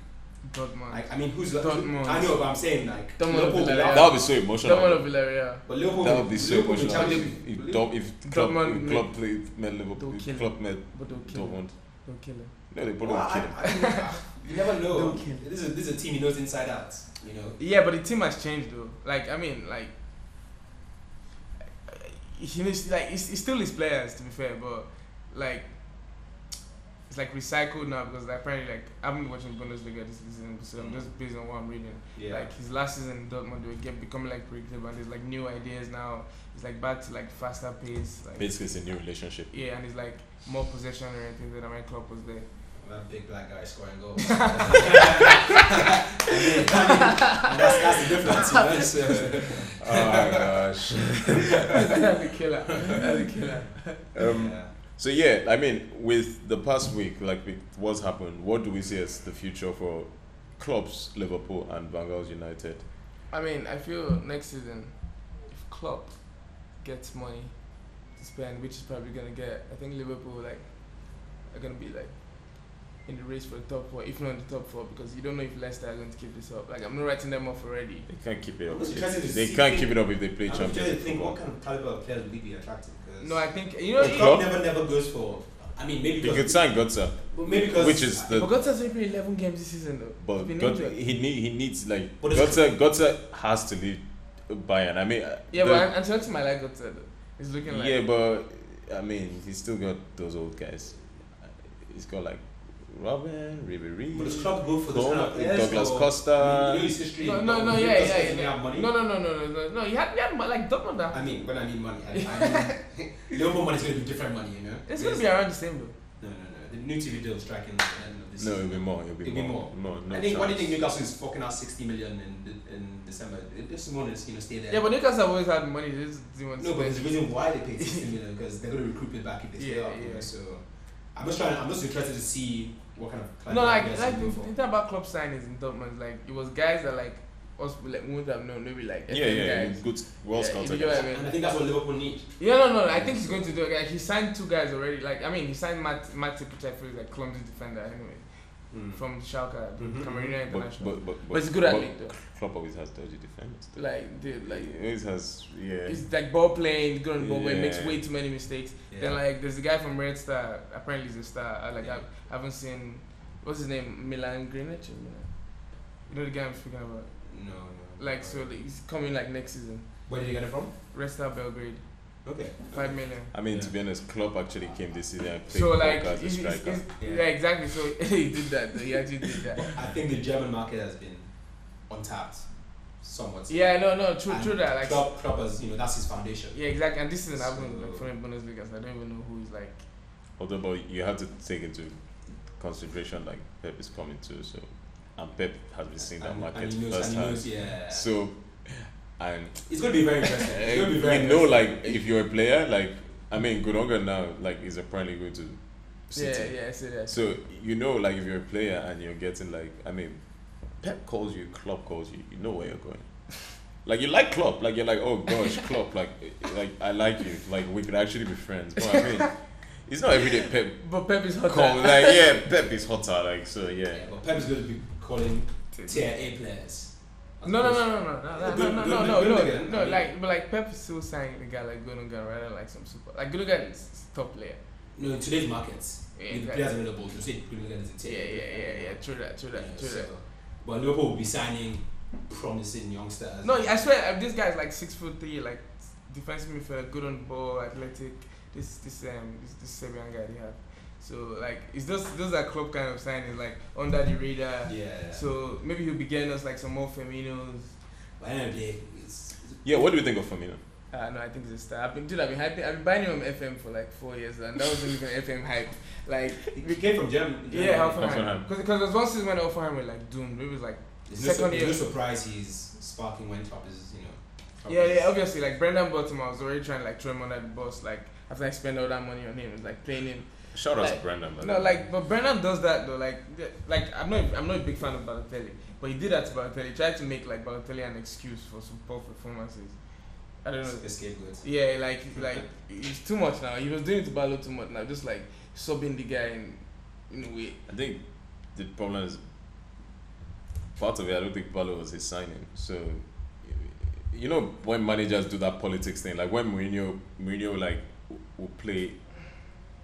Speaker 2: Dortmund.
Speaker 3: Like, I mean, who's
Speaker 2: Dortmund.
Speaker 3: I know, but I'm saying like
Speaker 2: Dortmund
Speaker 3: Liverpool.
Speaker 2: would be
Speaker 3: without-
Speaker 2: like Yeah.
Speaker 1: That would be so emotional.
Speaker 2: Dortmund or Villarreal.
Speaker 3: But Liverpool.
Speaker 1: that would be so
Speaker 3: Liverpool in
Speaker 1: emotional
Speaker 3: Champions
Speaker 1: if,
Speaker 3: League.
Speaker 1: if, Dor- if Klopp,
Speaker 2: Dortmund
Speaker 1: if Klopp played, met Liverpool,
Speaker 2: They'll
Speaker 1: if
Speaker 2: kill
Speaker 1: Klopp met
Speaker 2: But they'll kill him.
Speaker 1: Dortmund.
Speaker 2: They'll kill him.
Speaker 1: No, they probably
Speaker 3: Well,
Speaker 1: would
Speaker 3: I,
Speaker 1: kill him.
Speaker 3: I mean, you never know.
Speaker 2: Don't kill.
Speaker 3: This is this is a team he knows inside out. You know.
Speaker 2: Yeah, but the team has changed though. Like I mean, like he knows, like it's, it's still his players to be fair, but like it's like recycled now because like, apparently like I haven't been watching Bundesliga this season, so I'm just based on what I'm reading.
Speaker 3: Yeah.
Speaker 2: Like his last season in Dortmund, they were get, becoming like predictable, and there's like new ideas now. It's like back to like faster pace. Like,
Speaker 1: Basically, it's a new relationship.
Speaker 2: yeah, and it's like more possession or anything than my club was there.
Speaker 3: that big black guy scoring goals. And that's, that's the difference, you know. It's, uh,
Speaker 5: Oh my gosh.
Speaker 2: That's a killer. That's a killer.
Speaker 1: Um,
Speaker 3: yeah.
Speaker 1: So yeah, I mean, with the past week, like with what's happened, what do we see as the future for clubs, Liverpool and Van Gaal's United?
Speaker 2: I mean, I feel next season, if Klopp gets money to spend, which is probably gonna get, I think Liverpool like are gonna be like in the race for the top four, if not the top four, because you don't know if Leicester are going to keep this up. Like I'm not writing them off already.
Speaker 1: They can't keep it up.
Speaker 3: I'm just trying to
Speaker 1: they
Speaker 3: see-
Speaker 1: can't keep it up if they play
Speaker 3: I'm trying to
Speaker 1: Champions League
Speaker 3: think what
Speaker 1: football.
Speaker 3: kind of caliber of players would we be attracting? 'cause
Speaker 2: No, I think you know.
Speaker 3: Well,
Speaker 1: Klopp?
Speaker 2: You,
Speaker 3: Klopp never never goes for. I mean, maybe
Speaker 1: They could
Speaker 3: because,
Speaker 1: sign Götze,
Speaker 3: but maybe because
Speaker 1: which is
Speaker 2: but
Speaker 1: the
Speaker 2: Götze has only played 11 games this season though.
Speaker 1: but
Speaker 2: He's been
Speaker 1: God,
Speaker 2: injured.
Speaker 1: he need, he needs like
Speaker 3: What is
Speaker 1: Götze.
Speaker 3: it?
Speaker 1: Götze has to leave Bayern. I mean, uh,
Speaker 2: yeah,
Speaker 1: the-
Speaker 2: but Ancelotti might like Götze though. He's looking like
Speaker 1: yeah, but I mean, he's still got those old guys. He's got like Robin, Ribery,
Speaker 3: But does Klopp go for the
Speaker 1: Coleman,
Speaker 3: kind of players
Speaker 1: Douglas
Speaker 3: or-
Speaker 1: Costa.
Speaker 3: I mean, you know his history.
Speaker 2: No, no, no,
Speaker 3: Does he
Speaker 2: yeah, yeah,
Speaker 3: definitely
Speaker 2: yeah.
Speaker 3: Have money?
Speaker 2: No, no, no, no, no, no, no. He had, he had like Dortmund. that-
Speaker 3: I mean, when I mean money, I, I mean, Liverpool money is going to be different money, you know.
Speaker 2: It's gonna be around the same though.
Speaker 3: No, no, no. The new TV deal is striking at the end of this.
Speaker 1: No,
Speaker 3: season.
Speaker 1: it'll be more. It'll be
Speaker 3: It'll be
Speaker 1: more. No, no
Speaker 3: I think. Why do you
Speaker 1: chance.
Speaker 3: think Newcastle is fucking out sixty million in in December? This one is you know stay there.
Speaker 2: Yeah, but Newcastle have always had money. They just didn't want to
Speaker 3: No, but
Speaker 2: spend
Speaker 3: there's a reason why they paid sixty million because they're going to recruit it back if they stay
Speaker 2: Yeah,
Speaker 3: up. you know,
Speaker 2: yeah.
Speaker 3: So I'm just trying. I'm just interested to see what kind of.
Speaker 2: No, like
Speaker 3: guys
Speaker 2: like
Speaker 3: they
Speaker 2: the
Speaker 3: go for.
Speaker 2: thing about club signings in Dortmund, like it was guys that like us like wouldn't have known, maybe like
Speaker 1: Yeah,
Speaker 2: FM
Speaker 1: yeah,
Speaker 2: guys.
Speaker 1: good well
Speaker 2: Yeah,
Speaker 1: scouted
Speaker 2: you know
Speaker 1: guys.
Speaker 2: what I mean?
Speaker 3: And I think that's what Liverpool need.
Speaker 2: Yeah, no, no. I think he's going to do it. Like, he signed two guys already. Like I mean, he signed Matt Matip, which I feel is like clumsy defender anyway,
Speaker 3: Hmm.
Speaker 2: from Schalke,
Speaker 3: Mhm.
Speaker 2: Cameroonian
Speaker 1: But,
Speaker 2: international.
Speaker 1: but, but,
Speaker 2: But it's good at
Speaker 1: but
Speaker 2: league though.
Speaker 1: Klopp always has dodgy defenders. though.
Speaker 2: Like dude, like
Speaker 1: he always has yeah.
Speaker 2: it's like ball playing, good on the ball, but he makes
Speaker 1: Yeah.
Speaker 2: way too many mistakes. Then like there's a guy from Red Star. Apparently he's a star. I, like I, I haven't seen what's his name Milan Greenwich. or Milan? You know the guy I'm speaking about.
Speaker 3: no, no.
Speaker 2: Like so, like, he's coming like next season.
Speaker 3: Where did you get it from?
Speaker 2: Red Star Belgrade,
Speaker 3: Okay.
Speaker 2: five million.
Speaker 1: I mean,
Speaker 3: Yeah.
Speaker 1: to be honest, Klopp actually came this season and played
Speaker 2: So like,
Speaker 1: as a
Speaker 2: he's- he's-
Speaker 1: striker.
Speaker 2: he's-
Speaker 3: Yeah.
Speaker 2: yeah, exactly. So he did that. Though. He actually did that.
Speaker 3: I think the German market has been untapped somewhat.
Speaker 2: Yeah, no, no, true,
Speaker 3: And
Speaker 2: true that. Like,
Speaker 3: Klopp, Klopp has, you know, that's his foundation.
Speaker 2: yeah, exactly. And this season I haven't like
Speaker 3: So-
Speaker 2: following Bundesliga, so I don't even know who is like.
Speaker 1: Although, but you have to take into consideration like Pep is coming too. So, and Pep has been seeing that
Speaker 3: and,
Speaker 1: market
Speaker 3: and he knows, and he
Speaker 1: firsthand.
Speaker 3: knows, yeah.
Speaker 1: So, and
Speaker 3: it's going to be very interesting. It's going to be
Speaker 1: you
Speaker 3: very
Speaker 1: know,
Speaker 3: interesting.
Speaker 1: like if you're a player, like I mean, Gundogan now, like is apparently going to City.
Speaker 2: Yeah, yeah, I see that.
Speaker 1: So you know, like if you're a player and you're getting like, I mean, Pep calls you, Klopp calls you. You know where you're going. Like you like Klopp. Like you're like, oh gosh, Klopp. Like, like I like you. Like we could actually be friends. But I mean, it's not every day Pep
Speaker 2: but Pep is hot.
Speaker 1: call. Like yeah, Pep is hotter. Like so yeah.
Speaker 3: yeah, but Pep is going to be calling tier A players.
Speaker 2: No, no, no, no, no, no,
Speaker 3: Good-
Speaker 2: no, no,
Speaker 3: good-
Speaker 2: no, no,
Speaker 3: good
Speaker 2: no,
Speaker 3: again.
Speaker 2: no, like, but like Pep is still signing a guy like Gundogan rather than, like some super, like Gundogan is top player.
Speaker 3: No, in today's markets,
Speaker 2: Yeah,
Speaker 3: with the
Speaker 2: exactly.
Speaker 3: players available, to say Greenland is a
Speaker 2: Yeah,
Speaker 3: tier
Speaker 2: yeah,
Speaker 3: A player.
Speaker 2: yeah, yeah, true that, true that,
Speaker 3: Yeah,
Speaker 2: true that.
Speaker 3: so- But Liverpool will be signing promising youngsters.
Speaker 2: No, I swear, uh, this guy's like six foot three, like defensive midfielder, good on the ball, athletic. This this um this, this Serbian guy they have. So like, it's those those are club kind of signings, like under the radar.
Speaker 3: Yeah.
Speaker 2: So maybe he'll be getting us like some more Firminos.
Speaker 3: But at the end of the day, it's, it's
Speaker 1: Yeah. What do you think of Firmino?
Speaker 2: Uh, no, I think he's a star. I've been dude, I've been hyping, I've been buying him on FM for like four years, and that was even FM hype. Like
Speaker 3: We came from Germany.
Speaker 2: yeah, Hoffenheim.
Speaker 1: Hoffenheim.
Speaker 2: Because there was one season when Hoffenheim were like doomed. Maybe it was like
Speaker 3: It's no,
Speaker 2: Second
Speaker 3: su- it's no
Speaker 2: year.
Speaker 3: surprise he's sparking when Klopp is, you know. Klopp
Speaker 2: Yeah,
Speaker 3: is-
Speaker 2: yeah, obviously. Like Brendan Bottom, I was already trying to like throw him under the bus. Like after I spent all that money on him, it's like playing him.
Speaker 1: Shout out
Speaker 2: Like,
Speaker 1: to Brendan. by the
Speaker 2: No,
Speaker 1: way.
Speaker 2: like but Brendan does that though. Like, the- like I'm not, I'm not a big fan of Balotelli, but he did that to Balotelli. He tried to make like Balotelli an excuse for some poor performances. I don't know.
Speaker 3: It's a scapegoat.
Speaker 2: Yeah, like like it's too much now. He was doing it to Balo too much now. Just like subbing the guy in in a way.
Speaker 1: I think the problem is part of it. I don't think Paulo was his signing. So you know when managers do that politics thing, like when Mourinho, Mourinho like w- will play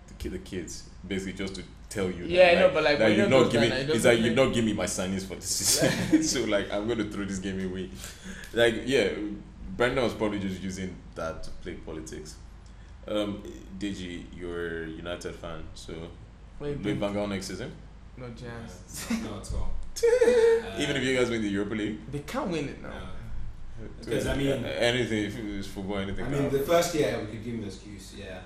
Speaker 1: the, ki- the kids basically just to tell you.
Speaker 2: Yeah, I
Speaker 1: that,
Speaker 2: know, but, like,
Speaker 1: that
Speaker 2: Mourinho
Speaker 1: you're
Speaker 2: does
Speaker 1: not giving.
Speaker 2: that, like,
Speaker 1: it's
Speaker 2: doesn't
Speaker 1: like you're
Speaker 2: play-
Speaker 1: not giving me my signings for this season. so like I'm going to throw this game away. Like yeah, Brendan was probably just using that to play politics. Um, Deji, you're a United fan, so
Speaker 2: Wait,
Speaker 1: Louis Van Gaal next season.
Speaker 2: no chance.
Speaker 3: Uh, Not at all. Uh,
Speaker 1: Even if you guys win the Europa League,
Speaker 2: They can't win it now.
Speaker 3: no. Because, I mean-
Speaker 1: anything if it's football, anything.
Speaker 3: I
Speaker 1: can
Speaker 3: mean,
Speaker 1: happen.
Speaker 3: the first year we could give him an excuse. Yeah,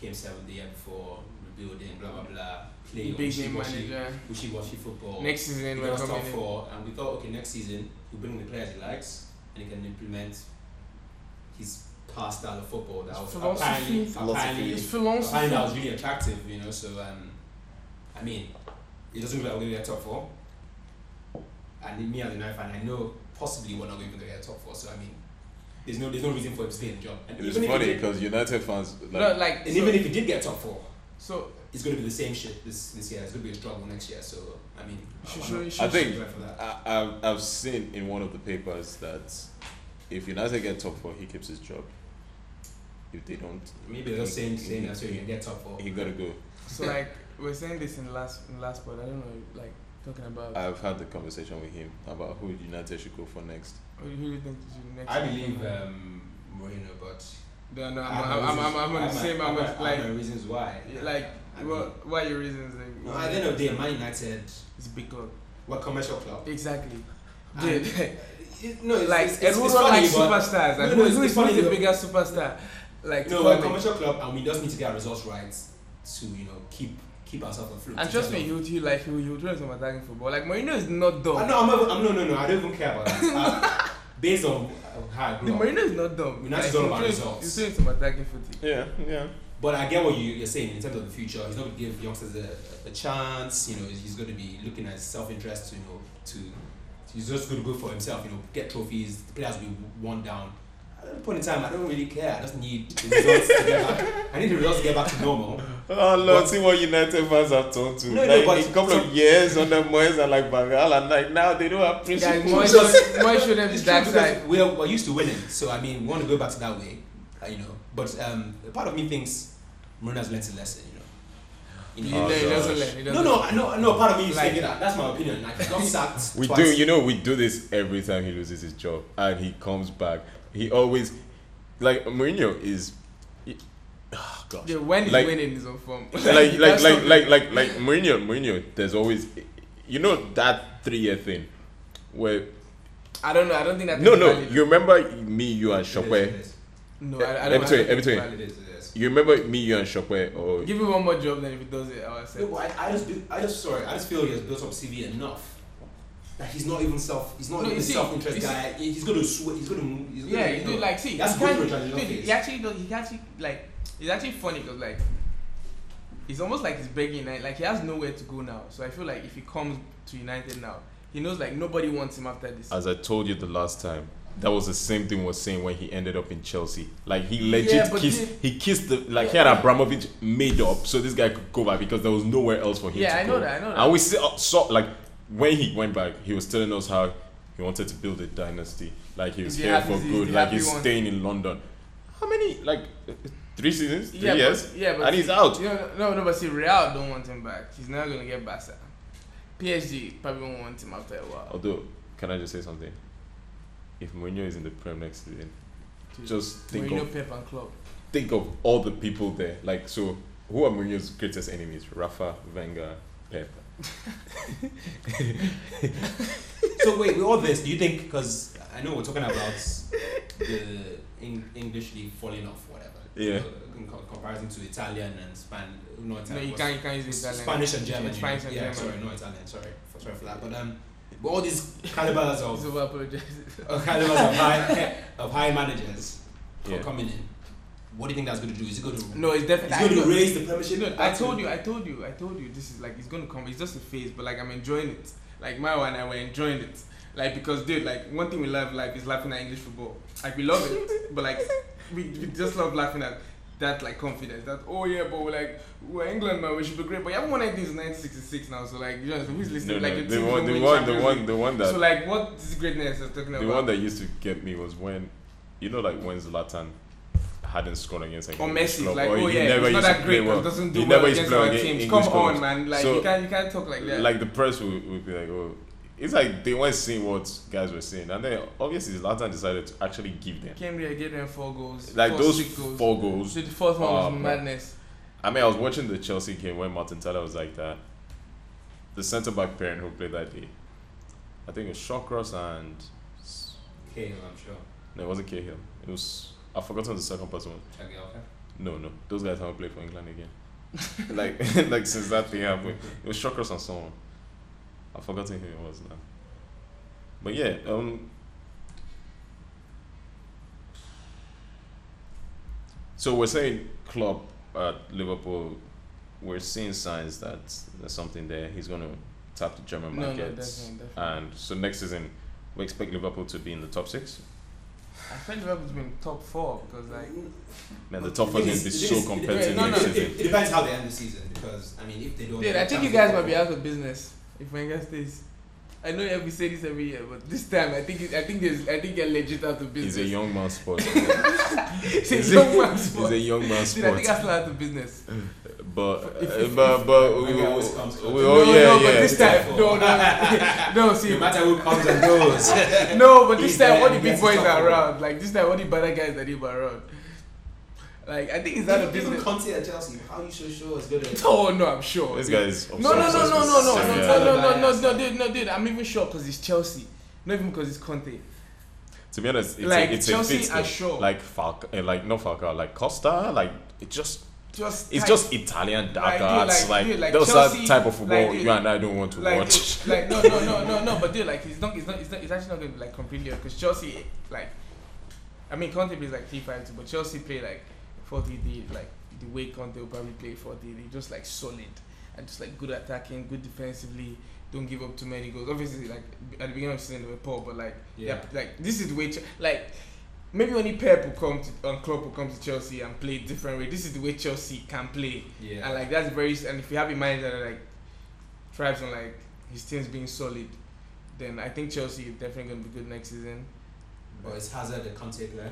Speaker 3: came seventh the year before, rebuilding, blah blah blah. Play
Speaker 2: Big game
Speaker 3: wishy-washy,
Speaker 2: manager.
Speaker 3: wishy-washy football.
Speaker 2: Next season
Speaker 3: he
Speaker 2: we're
Speaker 3: got us
Speaker 2: coming
Speaker 3: top
Speaker 2: in.
Speaker 3: four, and we thought, okay, next season he'll bring the players he likes, and he can implement his past style of football that
Speaker 2: His
Speaker 3: was
Speaker 2: philosophy.
Speaker 3: apparently,
Speaker 5: Philosophy.
Speaker 3: apparently,
Speaker 2: It's Fulham's
Speaker 3: apparently that was really attractive, you know. So, um, I mean, it doesn't look like we're going to get top four. And me as a United fan, I know possibly we're not going to get top four. So, I mean, there's no there's no reason for him to stay in the job. And
Speaker 1: It was
Speaker 3: even if he
Speaker 1: funny
Speaker 3: did-
Speaker 1: because United fans like
Speaker 2: no, like
Speaker 3: and
Speaker 2: so,
Speaker 3: even if he did get top four,
Speaker 2: so
Speaker 3: it's going to be the same shit this, this year. It's going to be a struggle next year. So, I mean,
Speaker 2: Should-
Speaker 3: I'm
Speaker 2: should-
Speaker 3: not-
Speaker 2: should-
Speaker 3: I'm
Speaker 1: I think-
Speaker 3: prepared for that.
Speaker 1: I, I've, I've seen in one of the papers that if United get top four, he keeps his job. If they don't,
Speaker 3: Maybe they're just saying saying that so you can get top four.
Speaker 1: he gotta go.
Speaker 2: so like we're saying this in the last in the last part. I don't know like talking about
Speaker 1: I've had the conversation with him about who United should go for next.
Speaker 2: who do you think is next?
Speaker 3: I believe um, Moreno, but
Speaker 2: No, no,
Speaker 3: I
Speaker 2: I'm,
Speaker 3: have
Speaker 2: I'm,
Speaker 3: my
Speaker 2: I'm, I'm, I'm
Speaker 3: reasons- I
Speaker 2: on the
Speaker 3: have my-
Speaker 2: same.
Speaker 3: I
Speaker 2: I'm
Speaker 3: have
Speaker 2: with,
Speaker 3: my- I
Speaker 2: like
Speaker 3: have my reasons why.
Speaker 2: like
Speaker 3: I mean-
Speaker 2: what what are your reasons? Like,
Speaker 3: No, at the end of the day, Man United,
Speaker 2: it's a big club.
Speaker 3: we're a commercial club.
Speaker 2: Exactly.
Speaker 3: And
Speaker 2: Dude,
Speaker 3: it- no, it's,
Speaker 2: like
Speaker 3: it's,
Speaker 2: and
Speaker 3: it's,
Speaker 2: who
Speaker 3: it's
Speaker 2: don't like
Speaker 3: funny, but
Speaker 2: superstars?
Speaker 3: no,
Speaker 2: Like, who-
Speaker 3: no, it's-
Speaker 2: who
Speaker 3: it's
Speaker 2: is who's
Speaker 3: funny,
Speaker 2: the
Speaker 3: though.
Speaker 2: biggest superstar? Like,
Speaker 3: no,
Speaker 2: to
Speaker 3: we're a
Speaker 2: comment.
Speaker 3: commercial club, and we just need to get our results right to you know keep keep ourselves afloat.
Speaker 2: and
Speaker 3: to
Speaker 2: trust
Speaker 3: try
Speaker 2: me,
Speaker 3: to-
Speaker 2: he would he like he would, he would throw some attacking football. Like Mourinho is not dumb.
Speaker 3: I, no, I'm not, I'm, no, no, no. I don't even care about that. I- based on how I
Speaker 2: The
Speaker 3: grew up,
Speaker 2: Mourinho is not dumb.
Speaker 3: We're not just all
Speaker 2: he's
Speaker 3: about
Speaker 2: doing-
Speaker 3: results.
Speaker 2: He's doing some attacking footy.
Speaker 1: Yeah, yeah.
Speaker 3: But I get what you, you're saying in terms of the future. He's not going to give youngsters a, a chance. You know, he's going to be looking at self-interest. You know, to he's just going to go for himself. You know, get trophies. The players will be worn down. At that point in time, I don't really care. I just need the results to get back. I need the results to get back to normal.
Speaker 1: Oh Lord,
Speaker 3: But-
Speaker 1: see what United fans have turned to.
Speaker 3: No,
Speaker 1: like
Speaker 3: no, but-
Speaker 1: in a couple of years under Moyes and like Bangal and like now they don't have
Speaker 2: Guys,
Speaker 1: principles.
Speaker 2: Mourinho Mourinho should have
Speaker 3: It's
Speaker 2: his
Speaker 3: true
Speaker 2: dark
Speaker 3: because
Speaker 2: side.
Speaker 3: we're, we're used to winning, so I mean, we want to go back to that way. uh, you know, but um, part of me thinks Mourinho's learned a lesson. You
Speaker 2: He
Speaker 3: know, you
Speaker 1: Oh,
Speaker 3: know
Speaker 2: doesn't- he doesn't
Speaker 1: gosh.
Speaker 2: learn. He
Speaker 3: no,
Speaker 2: doesn't
Speaker 3: no,
Speaker 2: learn.
Speaker 3: I know, no. Part of me is
Speaker 2: Like-
Speaker 3: thinking that. That's my opinion. Like, he got sacked.
Speaker 1: We
Speaker 3: twice.
Speaker 1: do, you know, we do this every time he loses his job and he comes back. He always, like Mourinho is, he, oh gosh,
Speaker 2: Yeah, when he's
Speaker 1: Like-
Speaker 2: winning, he's on form.
Speaker 1: like like
Speaker 2: That's
Speaker 1: like
Speaker 2: something.
Speaker 1: like like like Mourinho, Mourinho. There's always, you know, that three year thing, where
Speaker 2: I don't know. I don't think that.
Speaker 1: no
Speaker 2: is
Speaker 1: no,
Speaker 2: valid.
Speaker 1: you remember me, you and
Speaker 3: It is, it
Speaker 1: Shopway.
Speaker 3: is.
Speaker 2: No, I,
Speaker 1: Let
Speaker 2: I don't.
Speaker 1: me
Speaker 2: I
Speaker 1: tell you, let me
Speaker 2: don't think
Speaker 1: tell
Speaker 2: it's
Speaker 3: It
Speaker 2: valid.
Speaker 3: is, it is.
Speaker 1: You remember me, you and Shopway, or
Speaker 2: Give him one more job, then if he does it, I'll accept.
Speaker 3: No, but I, I just, be- I just, sorry, I just feel he has built up CV enough. Like he's not even self, he's not
Speaker 2: No,
Speaker 3: even
Speaker 2: you
Speaker 3: a
Speaker 2: see-
Speaker 3: self-interest
Speaker 2: you see-
Speaker 3: guy. He- He's gonna sweat. He's gonna move. He's gonna,
Speaker 2: Yeah,
Speaker 3: you
Speaker 2: you do
Speaker 3: know.
Speaker 2: like see.
Speaker 3: That's
Speaker 2: he
Speaker 3: good
Speaker 2: can't-
Speaker 3: for a transitional
Speaker 2: dude, He
Speaker 3: phase.
Speaker 2: actually does. He actually like. It's actually funny because like, it's almost like he's begging. Like, like he has nowhere to go now. So I feel like if he comes to United now, he knows like nobody wants him after this.
Speaker 1: as I told you the last time, that was the same thing was saying when he ended up in Chelsea. Like he
Speaker 2: Yeah,
Speaker 1: legit
Speaker 2: but
Speaker 1: kissed, he kissed the like he had Abramovich made up, so this guy could go back because there was nowhere else for him.
Speaker 2: Yeah,
Speaker 1: to
Speaker 2: I know
Speaker 1: go.
Speaker 2: that, I know that.
Speaker 1: And we still uh, saw like when he went back, he was telling us how he wanted to build a dynasty. Like he was
Speaker 2: The
Speaker 1: here
Speaker 2: happy-
Speaker 1: for
Speaker 2: the-
Speaker 1: good.
Speaker 2: the
Speaker 1: Like
Speaker 2: happy
Speaker 1: he's
Speaker 2: one.
Speaker 1: staying in London. How many like uh, three seasons, three
Speaker 2: yeah,
Speaker 1: years,
Speaker 2: but, yeah, but
Speaker 1: and he's out.
Speaker 2: You know, no, no, but see, Real don't want him back. He's not gonna get Barca. PSG probably won't want him after a while.
Speaker 1: Although, can I just say something? If Mourinho is in the Prem next season,
Speaker 2: Dude,
Speaker 1: just think of
Speaker 2: Mourinho, Pep, and Klopp.
Speaker 1: think of all the people there. Like, so who are Mourinho's greatest enemies? Rafa, Wenger, Pep.
Speaker 3: so wait, with all this, do you think? Because I know we're talking about the Eng- English league falling off, whatever.
Speaker 1: Yeah.
Speaker 3: Uh, In co- comparison to Italian and Spanish, not
Speaker 2: No,
Speaker 3: Italian.
Speaker 2: you
Speaker 3: what's-
Speaker 2: can't. You can't use Italian.
Speaker 3: Spanish and German. you know.
Speaker 2: Spanish and
Speaker 3: yeah,
Speaker 2: German.
Speaker 3: sorry, not Italian. Sorry, for, sorry for that. But um, but all these calibers
Speaker 2: He's
Speaker 3: of,
Speaker 2: over apologizing.
Speaker 3: of calibers of high of high managers. for
Speaker 1: Yeah.
Speaker 3: coming in. What do you think that's going to do? Is it going to
Speaker 2: No, it's
Speaker 3: it's
Speaker 2: definitely. I
Speaker 3: going to
Speaker 2: know-
Speaker 3: raise the premiership?
Speaker 2: No, I told you, I told you, I told you. This is like it's gonna come. It's just a phase, but like I'm enjoying it. Like Maya and I were enjoying it. Like because dude, like one thing we love, like is laughing at English football. Like we love it, but like we, we just love laughing at that like confidence. That oh yeah, but we're like we're England man, we should be great. But you haven't won anything since 1966 now, so like you know who's listening? like your
Speaker 1: the
Speaker 2: team
Speaker 1: one,
Speaker 2: don't
Speaker 1: the
Speaker 2: win
Speaker 1: one, the
Speaker 2: Champions
Speaker 1: one,
Speaker 2: League.
Speaker 1: the one that,
Speaker 2: So like uh, what this greatness is talking
Speaker 1: the
Speaker 2: about?
Speaker 1: one that used to get me was when, you know, like when Zlatan hadn't scored against an
Speaker 2: or
Speaker 1: English
Speaker 2: Messi,
Speaker 1: club,
Speaker 2: like
Speaker 1: or
Speaker 2: oh
Speaker 1: he
Speaker 2: yeah,
Speaker 1: never
Speaker 2: it's not
Speaker 1: used
Speaker 2: that
Speaker 1: to
Speaker 2: great.
Speaker 1: play well.
Speaker 2: It doesn't do
Speaker 1: He
Speaker 2: well
Speaker 1: never used to
Speaker 2: against
Speaker 1: play
Speaker 2: our
Speaker 1: against
Speaker 2: teams. Come
Speaker 1: English
Speaker 2: on,
Speaker 1: clubs.
Speaker 2: man! Like
Speaker 1: So-
Speaker 2: you can't, you can't talk like that.
Speaker 1: Like the press would, would be like, oh, it's like they weren't seeing what guys were seeing, and then obviously Zlatan decided to actually give them
Speaker 2: Came here, gave them four goals.
Speaker 1: like
Speaker 2: four,
Speaker 1: those
Speaker 2: six goals.
Speaker 1: four goals.
Speaker 2: So the fourth one was
Speaker 1: Oh, man.
Speaker 2: madness.
Speaker 1: I mean, I was watching the Chelsea game when Martin Tyler was like that. The centre back pairing who played that day, I think it was Shawcross and s-
Speaker 3: Kane, I'm sure.
Speaker 1: no, it wasn't Cahill. It was I've forgotten the second person. was.
Speaker 3: Check it out.
Speaker 1: No, no, those guys haven't played for England again. like, like since that thing happened, it was Shawcross and someone. I've forgotten who it was now. But yeah, um. So we're saying Klopp at Liverpool, we're seeing signs that there's something there. He's going to tap the German
Speaker 2: No, no,
Speaker 1: market.
Speaker 2: definitely, definitely.
Speaker 1: And so next season, we expect Liverpool to be in the top six.
Speaker 2: I felt Liverpool to be in top four because like
Speaker 1: Man, the top four is going
Speaker 3: It is-
Speaker 1: to be
Speaker 3: it
Speaker 1: so
Speaker 3: is- it-
Speaker 1: competitive
Speaker 2: no, no,
Speaker 1: next
Speaker 3: it,
Speaker 1: season.
Speaker 3: it depends how they end the season because I mean if they don't.
Speaker 2: Dude, I
Speaker 3: get
Speaker 2: think you guys
Speaker 3: Champions
Speaker 2: might be
Speaker 3: League-
Speaker 2: out of business if Wenger stays. I know we say this every year, but this time I think it, I think there's I think you're legit out of
Speaker 1: He's
Speaker 2: business.
Speaker 1: a young man sport.
Speaker 2: It's a
Speaker 1: he's
Speaker 2: young
Speaker 1: a-
Speaker 2: man's
Speaker 1: He's
Speaker 2: sport.
Speaker 1: a young man
Speaker 2: Dude, I
Speaker 1: sport.
Speaker 2: think Arsenal out of business.
Speaker 1: But
Speaker 2: If-
Speaker 1: uh, but but we,
Speaker 3: Wenger
Speaker 1: we,
Speaker 3: always comes close.
Speaker 1: we all
Speaker 2: no,
Speaker 1: Oh, yeah
Speaker 2: no,
Speaker 1: yeah.
Speaker 2: but this time no, no, no. See,
Speaker 3: No matter who comes and goes.
Speaker 2: no, but this
Speaker 3: He's
Speaker 2: time
Speaker 3: there,
Speaker 2: all the
Speaker 3: he
Speaker 2: big
Speaker 3: gets
Speaker 2: boys
Speaker 3: his top
Speaker 2: are
Speaker 3: four.
Speaker 2: around. Like this time all the better guys that they were around. Like I think he's out of
Speaker 3: Even
Speaker 2: business.
Speaker 3: Conte at Chelsea, how are you so sure it's good?
Speaker 2: Oh no, I'm sure.
Speaker 1: This guy is
Speaker 2: No, no, no, no, no, no, no,
Speaker 1: Yeah.
Speaker 2: no, no, no, no, no, dude, no, dude. I'm even sure because it's Chelsea. Not even because it's Conte.
Speaker 1: To be honest, it's
Speaker 2: Like,
Speaker 1: a, it's
Speaker 2: Chelsea
Speaker 1: a fix,
Speaker 2: are
Speaker 1: though.
Speaker 2: sure.
Speaker 1: Like Falcao, eh, like not Falcao, like Costa, like it just
Speaker 2: Just
Speaker 1: it's
Speaker 2: type-
Speaker 1: just Italian dark
Speaker 2: Like, dude,
Speaker 1: arts,
Speaker 2: like,
Speaker 1: like,
Speaker 2: dude, like
Speaker 1: those
Speaker 2: Chelsea,
Speaker 1: are type of football
Speaker 2: like,
Speaker 1: you and I don't want to
Speaker 2: like,
Speaker 1: watch.
Speaker 2: like no, no, no, no, no. But dude, like it's not, it's not, it's not, it's actually not going to be like completely because Chelsea, like, I mean, Conte plays like three five two, but Chelsea play like four three three, like the way Conte will probably play four three three, just like solid and just like good attacking, good defensively. Don't give up too many goals. Obviously, like at the beginning of the season they were poor, but like yeah,
Speaker 3: Yeah.
Speaker 2: like this is the way, Ch- like. Maybe only Pep will come to, and Klopp will come to Chelsea and play different way. This is the way Chelsea can play.
Speaker 3: Yeah.
Speaker 2: And like that's very and if you have in mind that like tribes on like his team's being solid, then I think Chelsea is definitely gonna be good next season.
Speaker 3: But it's Hazard and Conte there.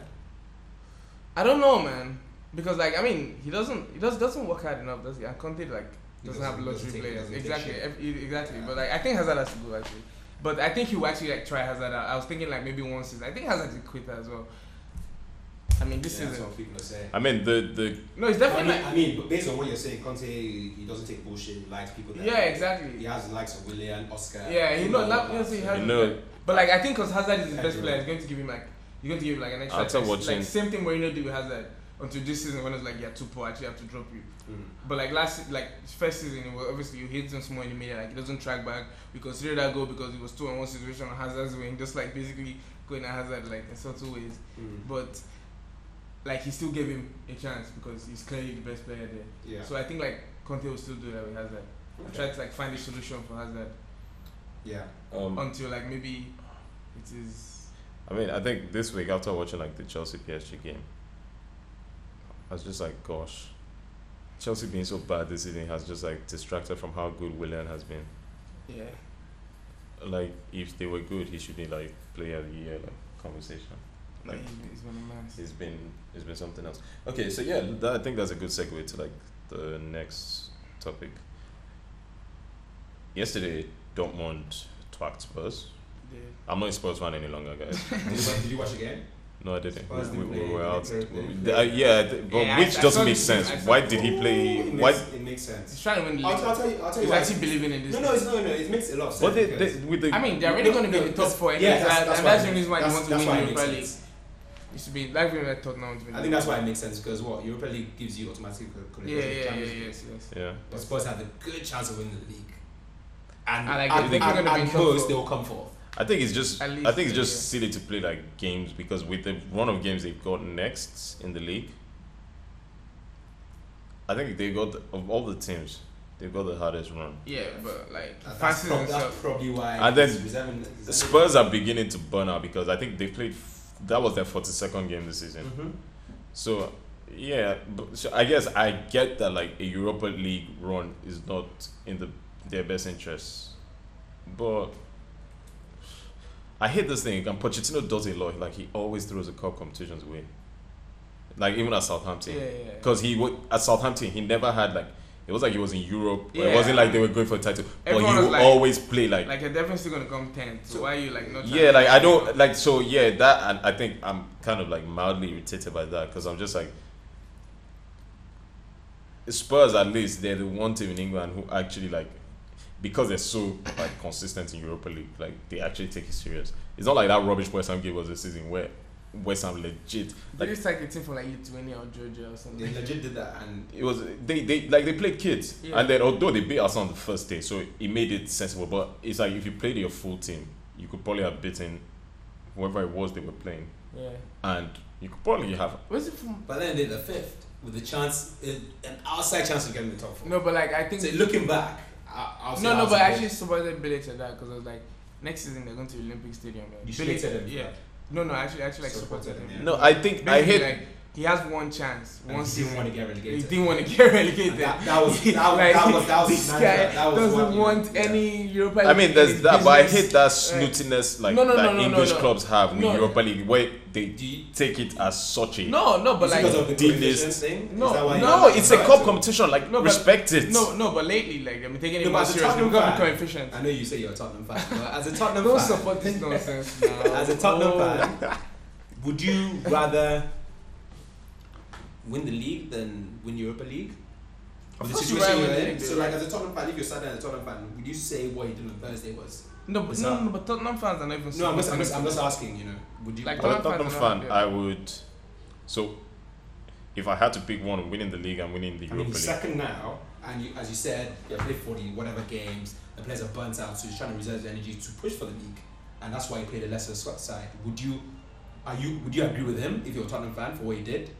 Speaker 2: I don't know, man, because like I mean he doesn't he just doesn't work hard enough. Does he? And Conte like
Speaker 3: He
Speaker 2: doesn't,
Speaker 3: doesn't-
Speaker 2: have luxury
Speaker 3: doesn't take-
Speaker 2: players
Speaker 3: doesn't take
Speaker 2: exactly
Speaker 3: shit.
Speaker 2: ev- e- exactly.
Speaker 3: Yeah.
Speaker 2: But like I think Hazard has to go actually. But I think he will actually like try Hazard out. I was thinking like maybe one season. I think Hazard is quitter as well. I mean this
Speaker 3: yeah, that's
Speaker 2: season.
Speaker 3: what people are saying.
Speaker 1: I mean the the
Speaker 2: No, it's
Speaker 3: I
Speaker 2: definitely.
Speaker 3: mean, I mean, but based on what you're saying, Conte he doesn't take bullshit. He likes people. That
Speaker 2: yeah, exactly.
Speaker 3: He has the likes of Willian, Oscar.
Speaker 2: Yeah, you know, that- you know, see,
Speaker 1: you
Speaker 2: Hazard-
Speaker 1: know
Speaker 2: But like I think because Hazard is his best
Speaker 3: Agree.
Speaker 2: player, it's going to give him like you're going to give him like an extra.
Speaker 1: After
Speaker 2: test.
Speaker 1: watching-
Speaker 2: like same thing Mourinho did with Hazard until this season when it's like you're too poor, actually I have to drop you.
Speaker 3: Mm.
Speaker 2: But like last like first season, it was obviously you hit him small in the middle, like he doesn't track back. We consider that goal because it was two on one situation on Hazard's wing, just like basically going at Hazard like in subtle ways.
Speaker 3: Mm.
Speaker 2: But like he still gave him a chance because he's clearly the best player there.
Speaker 3: Yeah.
Speaker 2: So I think like Conte will still do that with Hazard. I
Speaker 3: Okay.
Speaker 2: Try to like find a solution for Hazard
Speaker 3: Yeah. Mm.
Speaker 1: um,
Speaker 2: until like maybe it is.
Speaker 1: I mean, I think this week after watching like the Chelsea PSG game, I was just like, gosh, Chelsea being so bad this season has just like distracted from how good Willian has been.
Speaker 2: Yeah.
Speaker 1: Like, if they were good, he should be like Player of the Year like conversation. Like,
Speaker 2: he's one of mine.
Speaker 1: it's been it's been something else. Okay, so yeah, that, I think that's a good segue to like the next topic. Yesterday, Dortmund twacked Spurs. I'm not a Spurs fan any longer, guys.
Speaker 3: did, you watch, did you watch again?
Speaker 1: No, I didn't.
Speaker 3: Spurs
Speaker 1: We,
Speaker 3: didn't
Speaker 1: we, we
Speaker 3: play.
Speaker 1: were out.
Speaker 3: They played-
Speaker 1: we-
Speaker 3: they
Speaker 1: uh,
Speaker 3: played.
Speaker 1: yeah, th- but
Speaker 2: Yeah, I-
Speaker 1: which
Speaker 2: I saw
Speaker 1: doesn't make
Speaker 2: this-
Speaker 1: sense.
Speaker 2: I saw
Speaker 1: Why
Speaker 2: this.
Speaker 1: did he play?
Speaker 3: It makes,
Speaker 1: Why?
Speaker 3: It makes
Speaker 2: He's
Speaker 3: sense.
Speaker 2: trying to win the
Speaker 3: I'll, I'll
Speaker 2: league.
Speaker 3: tell you. I'll tell you.
Speaker 2: He's
Speaker 3: why.
Speaker 2: actually believing in this.
Speaker 3: No, no, it's no, no. It makes a lot of sense.
Speaker 1: But they,
Speaker 3: because-
Speaker 1: they, with the
Speaker 2: I mean, they're already going to be
Speaker 3: No,
Speaker 2: in the top
Speaker 3: that's-
Speaker 2: four.
Speaker 3: yeah,
Speaker 2: anyways,
Speaker 3: that's-
Speaker 2: and-
Speaker 3: that's
Speaker 2: and
Speaker 3: why
Speaker 2: that's
Speaker 3: it
Speaker 2: the reason why they
Speaker 3: makes-
Speaker 2: want to
Speaker 3: that's
Speaker 2: win
Speaker 3: why
Speaker 2: the
Speaker 3: it makes
Speaker 2: Europa League.
Speaker 3: sense.
Speaker 2: It should be like when I thought now to win.
Speaker 3: I think that's why it makes sense because what Europa League gives you automatic
Speaker 2: Yeah,
Speaker 3: qualification.
Speaker 2: yeah,
Speaker 3: to
Speaker 2: yeah, yeah,
Speaker 3: Champions League.
Speaker 2: yes, yes.
Speaker 1: yeah.
Speaker 3: But Spurs have a good chance of winning the league. And
Speaker 2: I like
Speaker 1: it.
Speaker 3: at,
Speaker 1: They're
Speaker 3: at,
Speaker 2: gonna be
Speaker 3: at
Speaker 2: in top
Speaker 3: most,
Speaker 2: four.
Speaker 3: they will come fourth.
Speaker 1: I think it's just.
Speaker 2: At
Speaker 1: I
Speaker 2: least,
Speaker 1: think it's just
Speaker 2: yeah.
Speaker 1: silly to play like games because with the run of games they've got next in the league, I think they got of all the teams, they've got the hardest run.
Speaker 2: Yeah, but like
Speaker 3: That- That's,
Speaker 2: fancy
Speaker 3: prob- that's
Speaker 2: themselves.
Speaker 3: probably why.
Speaker 1: And then
Speaker 3: he's reserving- he's
Speaker 1: The
Speaker 3: reserving-
Speaker 1: Spurs are beginning to burn out because I think they played. F- that was their forty-second game this season.
Speaker 3: Mhm.
Speaker 1: So yeah, but, so I guess I get that like a Europa League run is not in the their best interests, but I hate this thing. And Pochettino does it a lot. Like he always throws the cup competitions away. Like even at
Speaker 2: Yeah,
Speaker 1: Southampton,
Speaker 2: yeah. yeah.
Speaker 1: because he wa at Southampton he never had like it was like he was in Europe. but
Speaker 2: Yeah.
Speaker 1: It wasn't like they were going for a title,
Speaker 2: Everyone
Speaker 1: but he
Speaker 2: was
Speaker 1: would
Speaker 2: like-
Speaker 1: always play like
Speaker 2: Like you're definitely still gonna come tenth. So
Speaker 3: So-
Speaker 2: why are you like not?
Speaker 1: yeah,
Speaker 2: trying
Speaker 1: like
Speaker 2: to-
Speaker 1: I don't like so. Yeah, that and I think I'm kind of like mildly irritated by that because I'm just like, Spurs at least they're the one team in England who actually like because they're so like consistent in Europa League, like they actually take it serious. It's not like that rubbish West Ham game was this season where West Ham legit
Speaker 2: They
Speaker 1: like
Speaker 2: just like a team from like Lithuania or Georgia or
Speaker 3: They
Speaker 2: something.
Speaker 3: legit did that, and
Speaker 1: it was they, they like they played kids
Speaker 2: Yeah.
Speaker 1: and then although they beat us on the first day so it made it sensible but it's like if you played your full team you could probably have beaten whoever it was they were playing
Speaker 2: Yeah.
Speaker 1: and you could probably have
Speaker 2: Was it from?
Speaker 3: but then they're the fifth with the chance, eh, an outside chance of getting the top four.
Speaker 2: No, but like I think.
Speaker 3: So looking back, I, I'll say
Speaker 2: no, no,
Speaker 3: outside
Speaker 2: but I
Speaker 3: is-
Speaker 2: actually supported Billet at that because I was like, next season they're going to the Olympic Stadium. Man.
Speaker 3: you
Speaker 2: Billet-
Speaker 3: hated him.
Speaker 2: Yeah. No, no, I actually, actually like
Speaker 3: Supported
Speaker 2: supported
Speaker 3: him,
Speaker 2: him.
Speaker 3: yeah.
Speaker 1: no I think I
Speaker 2: Basically,
Speaker 1: hate
Speaker 2: Like, he has one chance.
Speaker 3: and
Speaker 2: One
Speaker 3: he didn't
Speaker 2: season.
Speaker 3: want to get
Speaker 2: He
Speaker 3: relegated.
Speaker 2: didn't want to get relegated.
Speaker 3: And that, that was that, was-
Speaker 2: Like,
Speaker 3: that was that was
Speaker 2: this
Speaker 3: manager.
Speaker 2: guy
Speaker 3: that was
Speaker 2: doesn't
Speaker 3: one year.
Speaker 2: want
Speaker 3: Yeah.
Speaker 2: any Europa
Speaker 1: I mean,
Speaker 2: League in
Speaker 1: there's
Speaker 2: his
Speaker 1: that, but I
Speaker 2: business.
Speaker 1: hate that
Speaker 2: Right.
Speaker 1: snootiness like
Speaker 2: No, no,
Speaker 1: that
Speaker 2: no, no,
Speaker 1: English
Speaker 2: no, no.
Speaker 1: clubs have with
Speaker 2: No.
Speaker 1: Europa League, where they
Speaker 3: Do you,
Speaker 1: take it as such a
Speaker 2: No, no, but
Speaker 3: is it because
Speaker 2: like,
Speaker 3: of the
Speaker 1: D-list.
Speaker 3: coefficient thing?
Speaker 2: No,
Speaker 3: Is that why
Speaker 2: no,
Speaker 1: no,
Speaker 3: you-
Speaker 1: it's a
Speaker 3: Right.
Speaker 1: cup competition. Like,
Speaker 2: No, but-
Speaker 1: respect it.
Speaker 2: no, no, but lately, like, I'm taking it
Speaker 3: No,
Speaker 2: more
Speaker 3: but as a
Speaker 2: seriously.
Speaker 3: Tottenham
Speaker 2: We've got
Speaker 3: fan-
Speaker 2: the coefficient.
Speaker 3: I know you say you're a Tottenham fan, but as a Tottenham
Speaker 2: Don't
Speaker 3: fan,
Speaker 2: support this nonsense. now.
Speaker 3: as a Tottenham
Speaker 2: Oh.
Speaker 3: fan, would you rather win the league than win Europa League?
Speaker 2: Of
Speaker 3: With
Speaker 2: course you rather
Speaker 3: you're
Speaker 2: win the
Speaker 3: in?
Speaker 2: league,
Speaker 3: So,
Speaker 2: though.
Speaker 3: like, as a Tottenham fan, if you're sat down as a Tottenham fan, would you say what he did on Thursday was?
Speaker 2: No, but
Speaker 3: It's
Speaker 2: no,
Speaker 3: not-
Speaker 2: no, but Tottenham fans are not even.
Speaker 3: No, I'm just, I'm
Speaker 2: supporting
Speaker 3: just, I'm just asking. You know, would you?
Speaker 2: Like,
Speaker 1: As a
Speaker 2: Tottenham fans
Speaker 1: Tottenham
Speaker 2: are
Speaker 1: fan,
Speaker 2: not there.
Speaker 1: I would. So, if I had to pick one, winning the league and winning the
Speaker 3: I mean,
Speaker 1: Europa
Speaker 3: he's
Speaker 1: League,
Speaker 3: second now, and you, as you said, you played 40 whatever games, the players are burnt out, so he's trying to reserve the energy to push for the league, and that's why he played a lesser squad side. Would you, are you, would you agree with him if you're a Tottenham fan for what he did?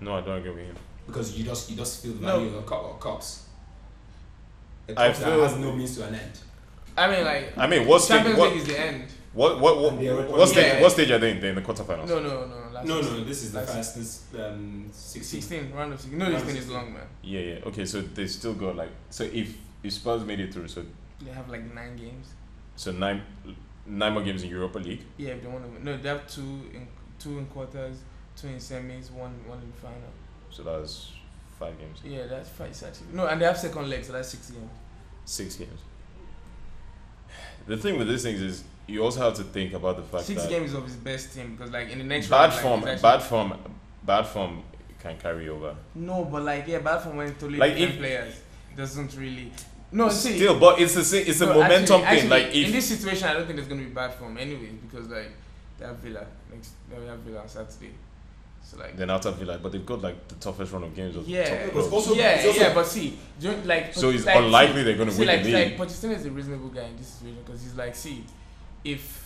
Speaker 1: no, I don't agree with him.
Speaker 3: Because you just, you just feel the
Speaker 2: No.
Speaker 3: value of a cup or cups. A
Speaker 1: I
Speaker 3: cup that
Speaker 1: feel-
Speaker 3: has no means to an end.
Speaker 2: I mean, like,
Speaker 1: I mean, what stage?
Speaker 2: Champions
Speaker 1: What
Speaker 2: League is the end.
Speaker 1: what what what,
Speaker 3: And the Europa
Speaker 1: what
Speaker 3: League.
Speaker 1: stage?
Speaker 2: Yeah.
Speaker 1: What stage are they in? They're in the quarterfinals.
Speaker 2: No, no, no. Last
Speaker 3: No,
Speaker 2: season.
Speaker 3: no, this is the
Speaker 2: Last
Speaker 3: first. This um, 16.
Speaker 2: Sixteen round of sixteen. No, this
Speaker 3: Round of
Speaker 2: thing is
Speaker 3: 16.
Speaker 2: long, man.
Speaker 1: Yeah, yeah. Okay, so they still got like so if if Spurs made it through, so
Speaker 2: They have like nine games.
Speaker 1: so nine nine more games in Europa League.
Speaker 2: Yeah, if they want to win. No, they have two in two in quarters, two in semis, one one in final.
Speaker 1: So that's five games,
Speaker 2: Yeah, that's five it's actually. No, and they have second leg, so that's six games.
Speaker 1: six games. The thing with these things is you also have to think about the fact
Speaker 2: six
Speaker 1: that
Speaker 2: games of his best team because like in the next
Speaker 1: bad
Speaker 2: round, like,
Speaker 1: form,
Speaker 2: he's actually-
Speaker 1: bad form, bad form can carry over.
Speaker 2: No, but like yeah, bad form when totally
Speaker 1: Like,
Speaker 2: different
Speaker 1: if-
Speaker 2: players doesn't really. No, see,
Speaker 1: Still, but it's the sa- it's a
Speaker 2: no,
Speaker 1: momentum
Speaker 2: actually-
Speaker 1: thing.
Speaker 2: actually,
Speaker 1: like
Speaker 2: in
Speaker 1: if
Speaker 2: this situation, I don't think there's gonna be bad form anyway because like they have Villa next, no, they have Villa on Saturday, so like
Speaker 1: then after Villa, but they've got like the toughest run of games. Of the
Speaker 2: yeah,
Speaker 1: top clubs.
Speaker 3: also-
Speaker 2: yeah,
Speaker 3: it's also-
Speaker 2: yeah. But see, do you- like
Speaker 1: so it's
Speaker 2: like,
Speaker 1: unlikely they're going to
Speaker 2: See,
Speaker 1: win
Speaker 2: like,
Speaker 1: the
Speaker 2: like
Speaker 1: league.
Speaker 2: Pochettino is a reasonable guy in this situation because he's like, see, if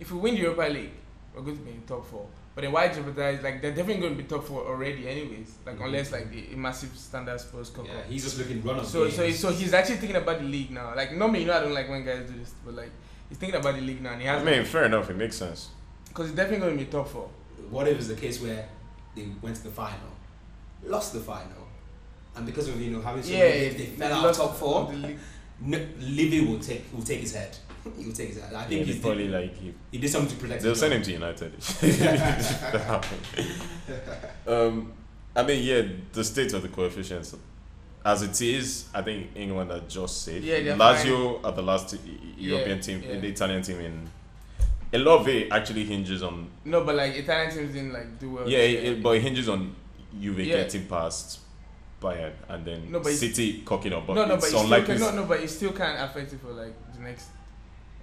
Speaker 2: if we win the Europa League, we're going to be in top four. But then why jeopardize? Like they're definitely going to be top four already, anyways. Like
Speaker 1: Mm-hmm.
Speaker 3: Mhm.
Speaker 2: unless like a, a massive standard Spurs cock
Speaker 3: Yeah,
Speaker 2: up.
Speaker 3: he's just looking run up.
Speaker 2: So so so he's actually thinking about the league now. Like normally, you know, I don't like when guys do this, but like he's thinking about the league now, and he
Speaker 1: I
Speaker 2: has
Speaker 1: mean, fair enough. It makes sense.
Speaker 2: because he's definitely going to be top four.
Speaker 3: What if it's the case where they went to the final, lost the final, and because of you know having so many games, they fell out of
Speaker 2: lost
Speaker 3: top four.
Speaker 2: the league.
Speaker 3: No, Livy will take will take his head. he will take his head. I
Speaker 1: Yeah,
Speaker 3: think
Speaker 1: they
Speaker 3: he's
Speaker 1: probably
Speaker 3: did,
Speaker 1: like he-
Speaker 3: he did something to protect.
Speaker 1: they'll
Speaker 3: his
Speaker 1: send
Speaker 3: job.
Speaker 1: him to United. That happened. um, I mean, yeah, the state of the coefficients. As it is, I think England are just safe.
Speaker 2: Yeah, they're
Speaker 1: Lazio are the last e- e-
Speaker 2: Yeah,
Speaker 1: European team,
Speaker 2: yeah.
Speaker 1: the Italian team in. A lot of it actually hinges on
Speaker 2: No, but like Italian teams didn't like do well.
Speaker 1: Yeah, it, it- but it hinges on Juve
Speaker 2: Oh, Yeah.
Speaker 1: getting past Bayern and then
Speaker 2: No, but it's-
Speaker 1: City cocking up. But
Speaker 2: no, no,
Speaker 1: it's
Speaker 2: but it's
Speaker 1: unlikely.
Speaker 2: Still, can- no, no, but it still can't affect it for like the next.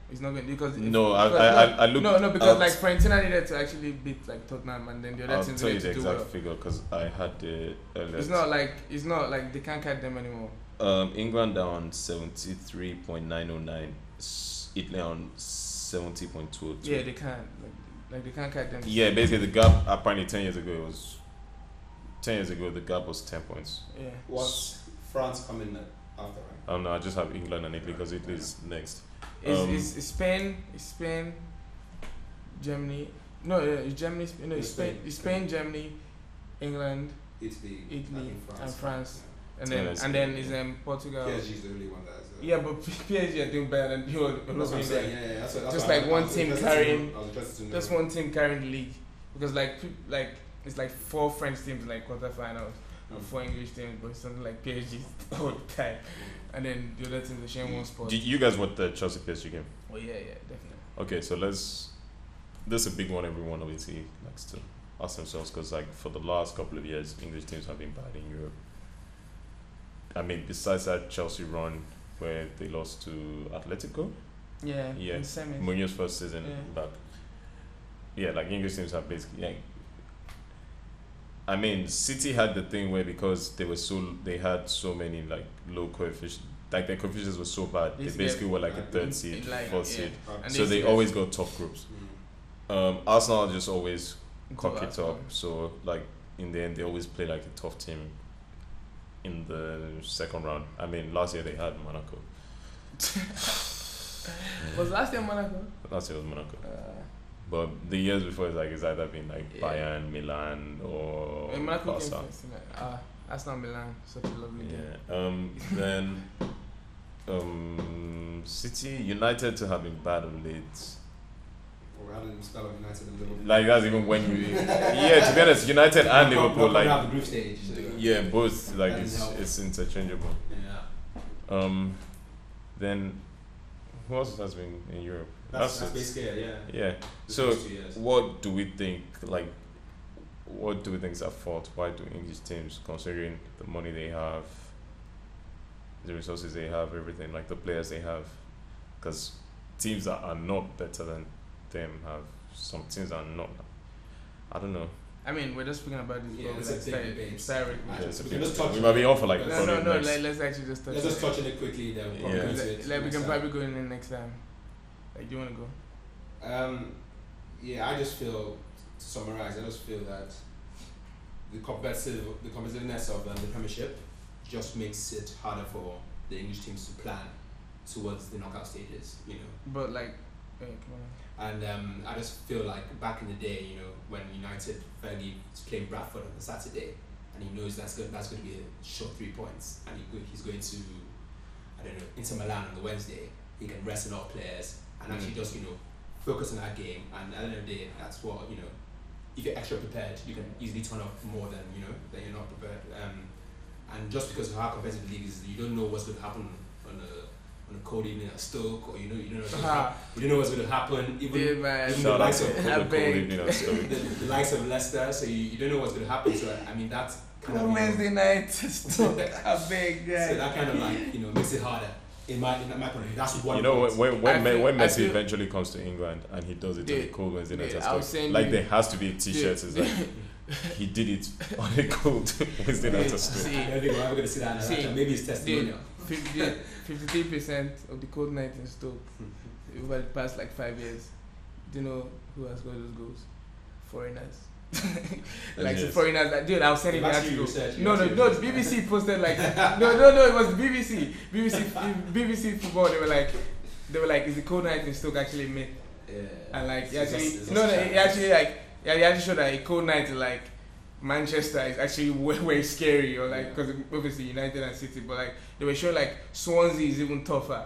Speaker 2: It's not going to because
Speaker 1: No, I-
Speaker 2: because,
Speaker 1: I-
Speaker 2: no,
Speaker 1: I- I looked
Speaker 2: no, no, because
Speaker 1: at-
Speaker 2: like Fiorentina needed to actually beat like Tottenham, and then the other
Speaker 1: I'll
Speaker 2: teams
Speaker 1: tell you
Speaker 2: needed
Speaker 1: the
Speaker 2: to do
Speaker 1: exact
Speaker 2: well.
Speaker 1: figure because I had the earlier.
Speaker 2: It's not like it's not like they can't catch them anymore.
Speaker 1: um, England down seventy three point nine oh nine, Italy on seventy point two.
Speaker 2: Yeah, they can't. Like, like they can't catch them.
Speaker 1: yeah. Basically, the gap apparently ten years ago it was. Ten years ago, the gap was ten points.
Speaker 2: yeah.
Speaker 3: What's France coming after? Right?
Speaker 1: I don't know. I just have England and Italy because Italy's next.
Speaker 2: It's,
Speaker 1: Um,
Speaker 2: it's, it's Spain, it's Spain, Germany. No, yeah, it's Germany. Spain, no, it's
Speaker 3: Spain.
Speaker 2: Spain, it's Spain, Germany, England,
Speaker 3: Italy,
Speaker 2: Italy,
Speaker 3: I think
Speaker 2: and France. and
Speaker 1: Yeah,
Speaker 2: then
Speaker 1: that's
Speaker 2: and
Speaker 1: good,
Speaker 2: then it's
Speaker 1: yeah.
Speaker 2: um, Portugal.
Speaker 3: Yeah. PSG is the only one that. Has, uh,
Speaker 2: Yeah, but PSG are doing better than you. are-
Speaker 3: That's what I'm saying. Yeah, yeah, that's what, that's
Speaker 2: Just
Speaker 3: what I-
Speaker 2: like
Speaker 3: I
Speaker 2: one
Speaker 3: was
Speaker 2: team
Speaker 3: interested to
Speaker 2: carrying-
Speaker 3: know- I was interested to know.
Speaker 2: Just one team carrying the league because like pe- like it's like four French teams in, like quarterfinals,
Speaker 1: Mm.
Speaker 3: Um,
Speaker 2: and four English teams, but it's something like PSG all the time,
Speaker 3: um,
Speaker 2: and then the other team the share one spot.
Speaker 1: Do you guys watch the Chelsea PSG game?
Speaker 2: Oh yeah, yeah, definitely.
Speaker 1: Okay, so let's. This is a big one everyone obviously likes to ask themselves because like for the last couple of years, English teams have been bad in Europe. I mean, besides that Chelsea run where they lost to Atletico,
Speaker 2: Yeah.
Speaker 1: Yeah.
Speaker 2: in semis.
Speaker 1: Mourinho's first season
Speaker 2: Yeah.
Speaker 1: back. Yeah, like English teams have basically. Yeah. I mean, City had the thing where because they were so they had so many like low coefficient, like their coefficients were so bad,
Speaker 2: They
Speaker 1: they,
Speaker 2: used to get,
Speaker 1: basically were like a
Speaker 3: like,
Speaker 1: third seed,
Speaker 2: like,
Speaker 1: fourth
Speaker 2: yeah.
Speaker 1: seed.
Speaker 2: And
Speaker 1: so
Speaker 2: they
Speaker 1: they
Speaker 2: used to
Speaker 1: always got top groups. Um, Arsenal just always
Speaker 2: get
Speaker 1: cock
Speaker 2: two
Speaker 1: it
Speaker 2: out.
Speaker 1: up. So like in the end, they always play like a tough team in the second round. I mean, last year they had Monaco.
Speaker 2: Was last year Monaco?
Speaker 1: Last year was Monaco.
Speaker 2: Uh,
Speaker 1: But the years before, it's like it's either been like
Speaker 2: Yeah.
Speaker 1: Bayern, Milan, or
Speaker 2: when
Speaker 1: Oh,
Speaker 2: Monaco
Speaker 1: Barca.
Speaker 2: came first. you know, Ah, Aston Milan, such a lovely game.
Speaker 1: Yeah. Um. Then, um, City, United to have been bad of late.
Speaker 4: Or rather than spell of United and Liverpool.
Speaker 1: Like that's even when you. yeah. To be honest, United and Liverpool, like
Speaker 3: out the group stage.
Speaker 1: yeah, both like
Speaker 3: That
Speaker 1: it's
Speaker 3: helps.
Speaker 1: it's interchangeable.
Speaker 3: Yeah.
Speaker 1: Um, then, who else has been in Europe? That's
Speaker 3: That's, that's basically it, yeah.
Speaker 1: it. Yeah.
Speaker 3: The
Speaker 1: So,
Speaker 3: first two years.
Speaker 1: What do we think? Like, what do we think is at fault? Why do English teams, considering the money they have, the resources they have, everything like the players they have, because teams that are not better than them have some teams that are not. I don't know.
Speaker 2: I mean, we're just speaking about this,
Speaker 3: Yeah,
Speaker 2: but
Speaker 3: it's
Speaker 2: we
Speaker 3: a
Speaker 2: like
Speaker 3: big
Speaker 2: started,
Speaker 3: debate.
Speaker 2: started.
Speaker 3: Yeah,
Speaker 1: Yeah, it's a
Speaker 3: we
Speaker 1: big-
Speaker 3: can just touch
Speaker 1: we
Speaker 3: on
Speaker 1: might
Speaker 3: it.
Speaker 1: be on for like
Speaker 3: Let's-
Speaker 1: the
Speaker 2: No, no, no.
Speaker 1: next.
Speaker 2: Let, let's actually just touch.
Speaker 3: Let's
Speaker 2: on
Speaker 3: just
Speaker 2: it.
Speaker 3: touch on it quickly then. we'll
Speaker 1: Yeah.
Speaker 3: probably
Speaker 2: Because,
Speaker 3: go
Speaker 2: uh,
Speaker 3: into
Speaker 2: like,
Speaker 3: it
Speaker 2: we
Speaker 3: next
Speaker 2: can
Speaker 3: time.
Speaker 2: probably go in the next time. Like, do you want to go?
Speaker 3: Um, yeah, I just feel to summarize. I just feel that the competitive, the competitiveness of um, the Premiership just makes it harder for the English teams to plan towards the knockout stages. You know,
Speaker 2: But like, wait, come on.
Speaker 3: and um, I just feel like back in the day, you know, when United Fergie was playing Bradford on the Saturday, and he knows that's going that's going to be a short three points, and he go, he's going to, I don't know, Inter Milan on the Wednesday. He can rest in our players and actually just you know focus on that game. And at the end of the day, that's what you know. If you're extra prepared, you can easily turn up more than you know than you're not prepared. Um, and just because of how competitive the league is, you don't know what's going to happen on a on a cold evening at Stoke, or you know you don't know. What's gonna happen. We didn't know what's going to happen. Even
Speaker 2: Yeah, man.
Speaker 3: even the
Speaker 1: Shout out
Speaker 3: likes
Speaker 1: to
Speaker 3: of
Speaker 1: the
Speaker 2: I
Speaker 1: cold
Speaker 2: beg.
Speaker 1: evening at Stoke.
Speaker 3: the, the likes of Leicester, so you, you don't know what's going to happen. So I mean that's kind
Speaker 2: On
Speaker 3: of you
Speaker 2: Wednesday
Speaker 3: know,
Speaker 2: night, stop. I beg,
Speaker 3: so
Speaker 2: guys.
Speaker 3: that kind of like you know makes it harder. In my in my point of view, that's one.
Speaker 1: You know
Speaker 3: point.
Speaker 1: when when when,
Speaker 2: I
Speaker 1: Me-
Speaker 2: feel-
Speaker 1: when
Speaker 2: I
Speaker 1: Messi
Speaker 2: feel-
Speaker 1: eventually comes to England and he does it on a
Speaker 2: Dude,
Speaker 1: cold Wednesday night
Speaker 2: dude,
Speaker 1: at
Speaker 2: I'll
Speaker 1: Stoke,
Speaker 2: send
Speaker 1: like
Speaker 2: you-
Speaker 1: there has to be a T-shirt. It's like he did it on a cold Wednesday night at Stoke.
Speaker 2: See,
Speaker 3: I don't think we're ever going to see that. in
Speaker 2: See.
Speaker 3: Russia. Maybe it's testimonial.
Speaker 2: 53 percent of the cold night in Stoke over the past like five years. Do you know who has got those goals? Foreigners. like
Speaker 1: Yes.
Speaker 2: foreigners, like, dude. I was sending
Speaker 3: You've
Speaker 2: an
Speaker 3: actually
Speaker 2: article.
Speaker 3: researched, you've
Speaker 2: No, no,
Speaker 3: actually
Speaker 2: no. The
Speaker 3: researched.
Speaker 2: BBC posted like no, no, no. It was BBC, BBC, BBC football. They were like, they were like, is the cold night in Stoke actually a myth?
Speaker 3: Yeah.
Speaker 2: And like, he
Speaker 3: It's
Speaker 2: actually,
Speaker 3: just- it's
Speaker 2: no, no,
Speaker 3: just
Speaker 2: he actually like, yeah, he actually showed that a cold night in like Manchester is actually way, way scary, or like,
Speaker 3: Yeah.
Speaker 2: because obviously United and City, but like they were showing like Swansea is even tougher,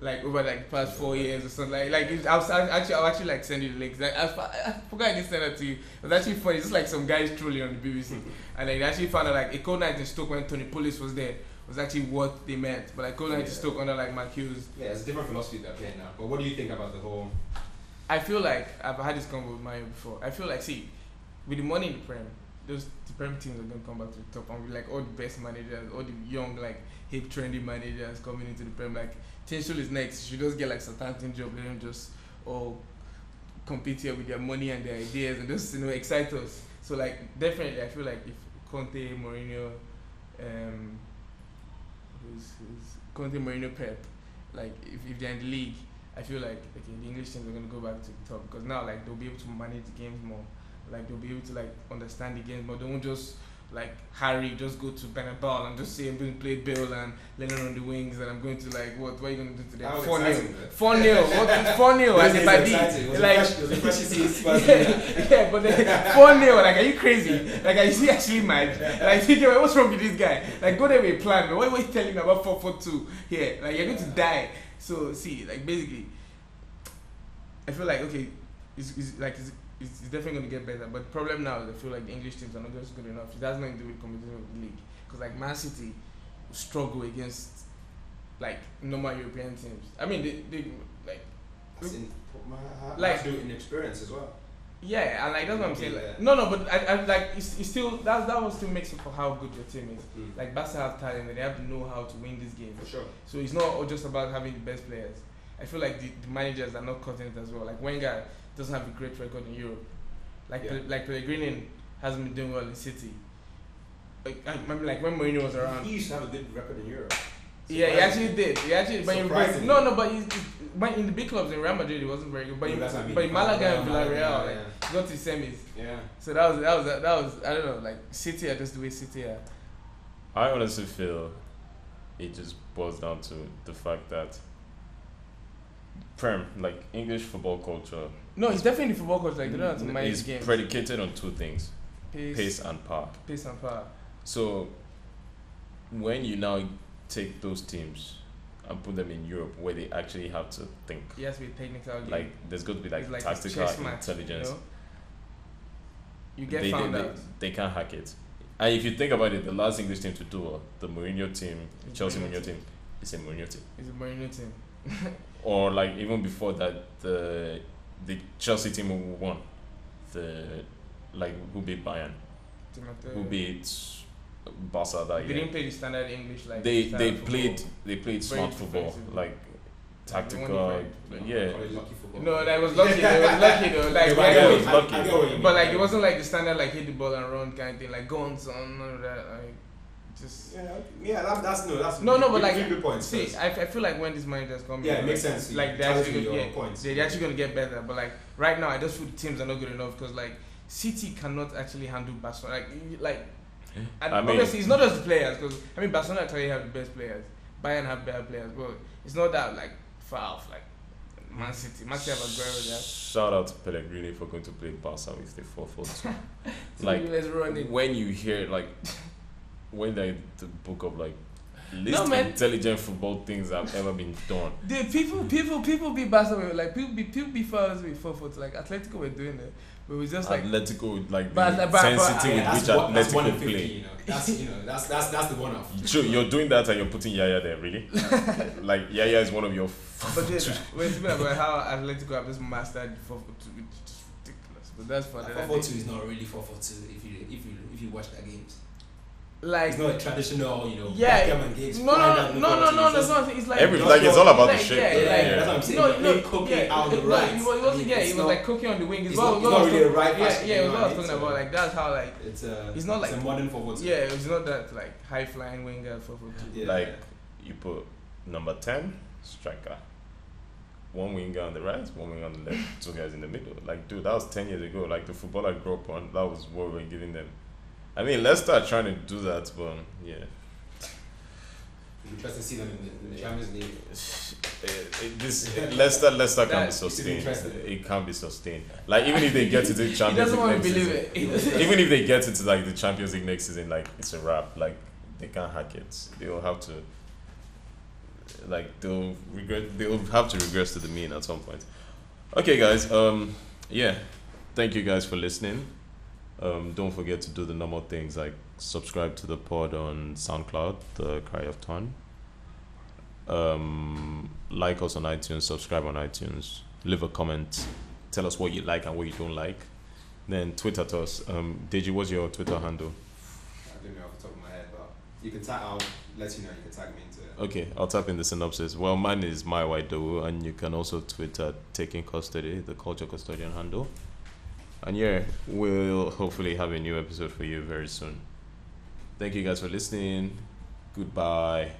Speaker 2: like over like the past four years or something. Like, like it's, I was I actually, I'll actually like send you the links. Like, I, f- I forgot I didn't send it to you. It was actually funny. It's just like some guys trolling on the BBC, and like, they actually found out like a cold night in Stoke when Tony Pulis was there was actually what they meant, but like cold night in
Speaker 3: Yeah.
Speaker 2: Stoke under like Mark Hughes
Speaker 3: Yeah, it's a different philosophy that we're in now. But what do you think about the whole?
Speaker 2: I feel like I've had this convo with Mario before. I feel like see, with the money in the Prem, those the Prem teams are gonna come back to the top and be like all the best managers, all the young like hip trendy managers coming into the Prem. Like Tinsel is next. You should just get like Southampton job. They don't just all compete here with their money and their ideas and just you know excite us. So like definitely, I feel like if Conte, Mourinho, um, who's, who's Conte, Mourinho, Pep, like if, if they're in the league, I feel like okay, the English teams are gonna go back to the top because now like they'll be able to manage the games more, like they'll be able to like understand the games more. They won't just like Harry just go to Benabal and just say I'm going to play Bill and Lennon on the wings and I'm going to like what what are you gonna do today?
Speaker 3: How
Speaker 2: Four nil,
Speaker 3: exciting, though.
Speaker 2: four nil, what four nil?
Speaker 3: It
Speaker 2: As
Speaker 3: was
Speaker 2: if I
Speaker 3: exciting. It
Speaker 2: did
Speaker 3: was
Speaker 2: like
Speaker 3: fresh- it was a fresh season, Spurs
Speaker 2: yeah, yeah, but then four nil. Like, are you crazy? Like, are you actually mad? Like, TJ, what's wrong with this guy? Like, go there with a plan. man. Why were you telling me about four four two? Yeah, like you're going to die. So see, like basically, I feel like okay, it's, it's like it's, it's it's definitely going to get better. But the problem now is I feel like the English teams are not just good enough. It has nothing to do with competition of the league because like Man City struggle against like normal European teams. I mean, they, they like
Speaker 3: As in, my- how-
Speaker 2: Like-
Speaker 3: how to do it in experience as well.
Speaker 2: Yeah, and like that's what I'm saying.
Speaker 3: Yeah.
Speaker 2: Like, no, no, but I, I like it's, it's still that that one still makes up for how good your team is.
Speaker 4: Mm.
Speaker 2: Like Barca have talent, and they have to know how to win these games.
Speaker 4: For sure.
Speaker 2: So it's not all just about having the best players. I feel like the, the managers are not cutting it as well. Like Wenger doesn't have a great record in Europe. Like
Speaker 4: Yeah.
Speaker 2: Pe- like Pellegrini hasn't been doing well in City. Like I remember, like when Mourinho was around.
Speaker 3: He used to have a good record in Europe.
Speaker 2: Yeah, he actually did. He actually, but in, but,
Speaker 3: Surprisingly.
Speaker 2: no, no, but he's, but in the big clubs in Real Madrid, he wasn't very good. But in,
Speaker 3: That's what I mean.
Speaker 2: but in Malaga and
Speaker 3: Malaga,
Speaker 2: Villarreal, like,
Speaker 3: yeah.
Speaker 2: he got to semis.
Speaker 4: Yeah.
Speaker 2: So that was that was that was I don't know like City are just the way City are.
Speaker 1: I honestly feel it just boils down to the fact that Prem, like English football culture,
Speaker 2: No, it's definitely football coach like they don't have to mind
Speaker 1: is
Speaker 2: his games.
Speaker 1: predicated on two things
Speaker 2: pace,
Speaker 1: Mm, pace and power.
Speaker 2: pace and power.
Speaker 1: So when you now take those teams and put them in Europe where they actually have to think,
Speaker 2: He has to be a technical. Game.
Speaker 1: like there's got to be like,
Speaker 2: It's like a
Speaker 1: tactical
Speaker 2: chess match,
Speaker 1: intelligence.
Speaker 2: You, know? You get
Speaker 1: they,
Speaker 2: found
Speaker 1: they, they,
Speaker 2: out.
Speaker 1: they can't hack it. And if you think about it, the last English team to do well, the Mourinho team,
Speaker 2: It's
Speaker 1: Chelsea
Speaker 2: Mourinho
Speaker 1: Mourinho
Speaker 2: team.
Speaker 1: team, it's a Mourinho team.
Speaker 2: It's a Mourinho team.
Speaker 1: Or like even before that, the the Chelsea team who won, the like who beat Bayern,
Speaker 2: Timoteo.
Speaker 1: who beat Barca
Speaker 2: They
Speaker 1: that year.
Speaker 2: didn't play the standard English like
Speaker 1: They
Speaker 2: standard
Speaker 1: they
Speaker 2: football.
Speaker 1: played they played
Speaker 2: Very
Speaker 1: smart football
Speaker 2: defensive.
Speaker 1: like tactical.
Speaker 2: defend.
Speaker 1: Yeah,
Speaker 4: Probably lucky football.
Speaker 2: No, that was lucky. They was lucky though. Like,
Speaker 1: Yeah,
Speaker 2: like,
Speaker 1: yeah,
Speaker 2: it
Speaker 1: was lucky.
Speaker 3: I, I get what you mean.
Speaker 2: but like it wasn't like the standard like hit the ball and run kind of thing. Like go on son, none of that. Like just
Speaker 3: Yeah, okay. yeah that, that's no, that's
Speaker 2: No, no, but
Speaker 3: give-
Speaker 2: like,
Speaker 3: give good points.
Speaker 2: See,
Speaker 3: first.
Speaker 2: I, I feel like when these managers come
Speaker 3: yeah,
Speaker 2: in,
Speaker 3: it makes sense.
Speaker 2: Like they're
Speaker 3: that's
Speaker 2: actually,
Speaker 3: your
Speaker 2: gonna, yeah,
Speaker 3: points.
Speaker 2: they're actually gonna get better. But like right now, I just feel the teams are not good enough because like City cannot actually handle Barcelona. Like you- like, and
Speaker 1: I mean-
Speaker 2: obviously it's not just the players because I mean Barcelona actually have the best players. Bayern have better players, but it's not that like far off. Like Man City, Man City have Aguero there.
Speaker 1: Shout out to Pellegrini for going to play Barca with the four four two. Like
Speaker 2: let's run it.
Speaker 1: when you hear like when they the book of like least
Speaker 2: man.
Speaker 1: intelligent football things that have ever been done.
Speaker 2: Dude, people, people, people be Barcelona. Like people be people be fans with four foot. Like Atletico were doing it, but we just like
Speaker 1: Atletico like
Speaker 2: But-
Speaker 1: the
Speaker 2: but- but-
Speaker 1: intensity
Speaker 3: yeah,
Speaker 1: with
Speaker 3: that's
Speaker 1: which
Speaker 3: one, that's one
Speaker 1: Atletico
Speaker 3: in 50,
Speaker 1: play.
Speaker 3: you know. That's you know, that's that's that's the one off.
Speaker 1: Sure, you're doing that and you're putting Yaya there, really? like Yaya is one of your. F-
Speaker 2: But then, we're speaking about how Atletico have just mastered four foot two, which is ridiculous. But that's for another
Speaker 3: Four four
Speaker 2: day.
Speaker 3: two is not really four four two if you if you if you watch that games.
Speaker 2: Like,
Speaker 3: It's not a traditional, you know,
Speaker 2: Yeah.
Speaker 3: Beckham and Gates.
Speaker 2: no, no, no, no, no,
Speaker 3: It's
Speaker 2: that's
Speaker 3: just-
Speaker 2: not. It's like
Speaker 1: Every
Speaker 3: Just
Speaker 1: like it's
Speaker 3: your-
Speaker 1: all about the
Speaker 2: like,
Speaker 1: shape.
Speaker 2: yeah,
Speaker 1: though,
Speaker 2: yeah,
Speaker 3: that's what I'm saying.
Speaker 2: No,
Speaker 3: but
Speaker 2: no,
Speaker 3: they cook it
Speaker 2: yeah,
Speaker 3: out
Speaker 2: it-
Speaker 3: the
Speaker 2: no,
Speaker 3: right.
Speaker 2: It was, it
Speaker 3: I
Speaker 2: wasn't.
Speaker 3: mean,
Speaker 2: yeah,
Speaker 3: it's
Speaker 2: it was
Speaker 3: not-
Speaker 2: like cooking on the wing. It's,
Speaker 3: it's
Speaker 2: what-
Speaker 3: not-
Speaker 2: what
Speaker 3: it's
Speaker 2: I
Speaker 3: not
Speaker 2: was
Speaker 3: really a
Speaker 2: talking-
Speaker 3: right pass,
Speaker 2: Yeah, yeah, it was what I was
Speaker 3: you know,
Speaker 2: talking
Speaker 3: it's,
Speaker 2: about.
Speaker 3: uh,
Speaker 2: Like that's how like
Speaker 3: It's a
Speaker 2: It's not
Speaker 3: it's
Speaker 2: like-
Speaker 3: a modern four four two.
Speaker 2: yeah, it was not that like high flying winger four foot two.
Speaker 3: Yeah.
Speaker 1: Like you put number ten striker, one winger on the right, one winger on the left, two guys in the middle. Like dude, that was ten years ago. Like the football I grew up on, that was what we were giving them. I mean, let's start trying to do that, but yeah,
Speaker 3: Interesting to see them in the, in the Champions League.
Speaker 1: it, it, this Leicester Leicester can
Speaker 2: That
Speaker 1: be
Speaker 2: is
Speaker 1: sustained.
Speaker 3: interesting.
Speaker 1: It can be sustained. Like even if they get to the
Speaker 2: He
Speaker 1: Champions
Speaker 2: doesn't
Speaker 1: League
Speaker 2: want
Speaker 1: next
Speaker 2: to believe
Speaker 1: season,
Speaker 2: it. He doesn't-
Speaker 1: even if they get into like the Champions League next season, like it's a wrap. Like they can't hack it. They'll have to. Like they'll regret. They'll have to regress to the mean at some point. Okay, guys. Um, yeah. Thank you guys for listening. Um, don't forget to do the normal things like subscribe to the pod on SoundCloud, The Cry of Ton. Um, like us on iTunes, subscribe on iTunes, leave a comment, tell us what you like and what you don't like. Then Twitter to us. Um, Deji, what's your Twitter handle?
Speaker 4: I don't know off the top of my head, but you can tag. I'll let you know. You can tag me into it.
Speaker 1: Okay, I'll type in the synopsis. Well, mine is my white doe, and you can also Twitter taking custody, the culture custodian handle. And yeah, we'll hopefully have a new episode for you very soon. Thank you guys for listening. Goodbye.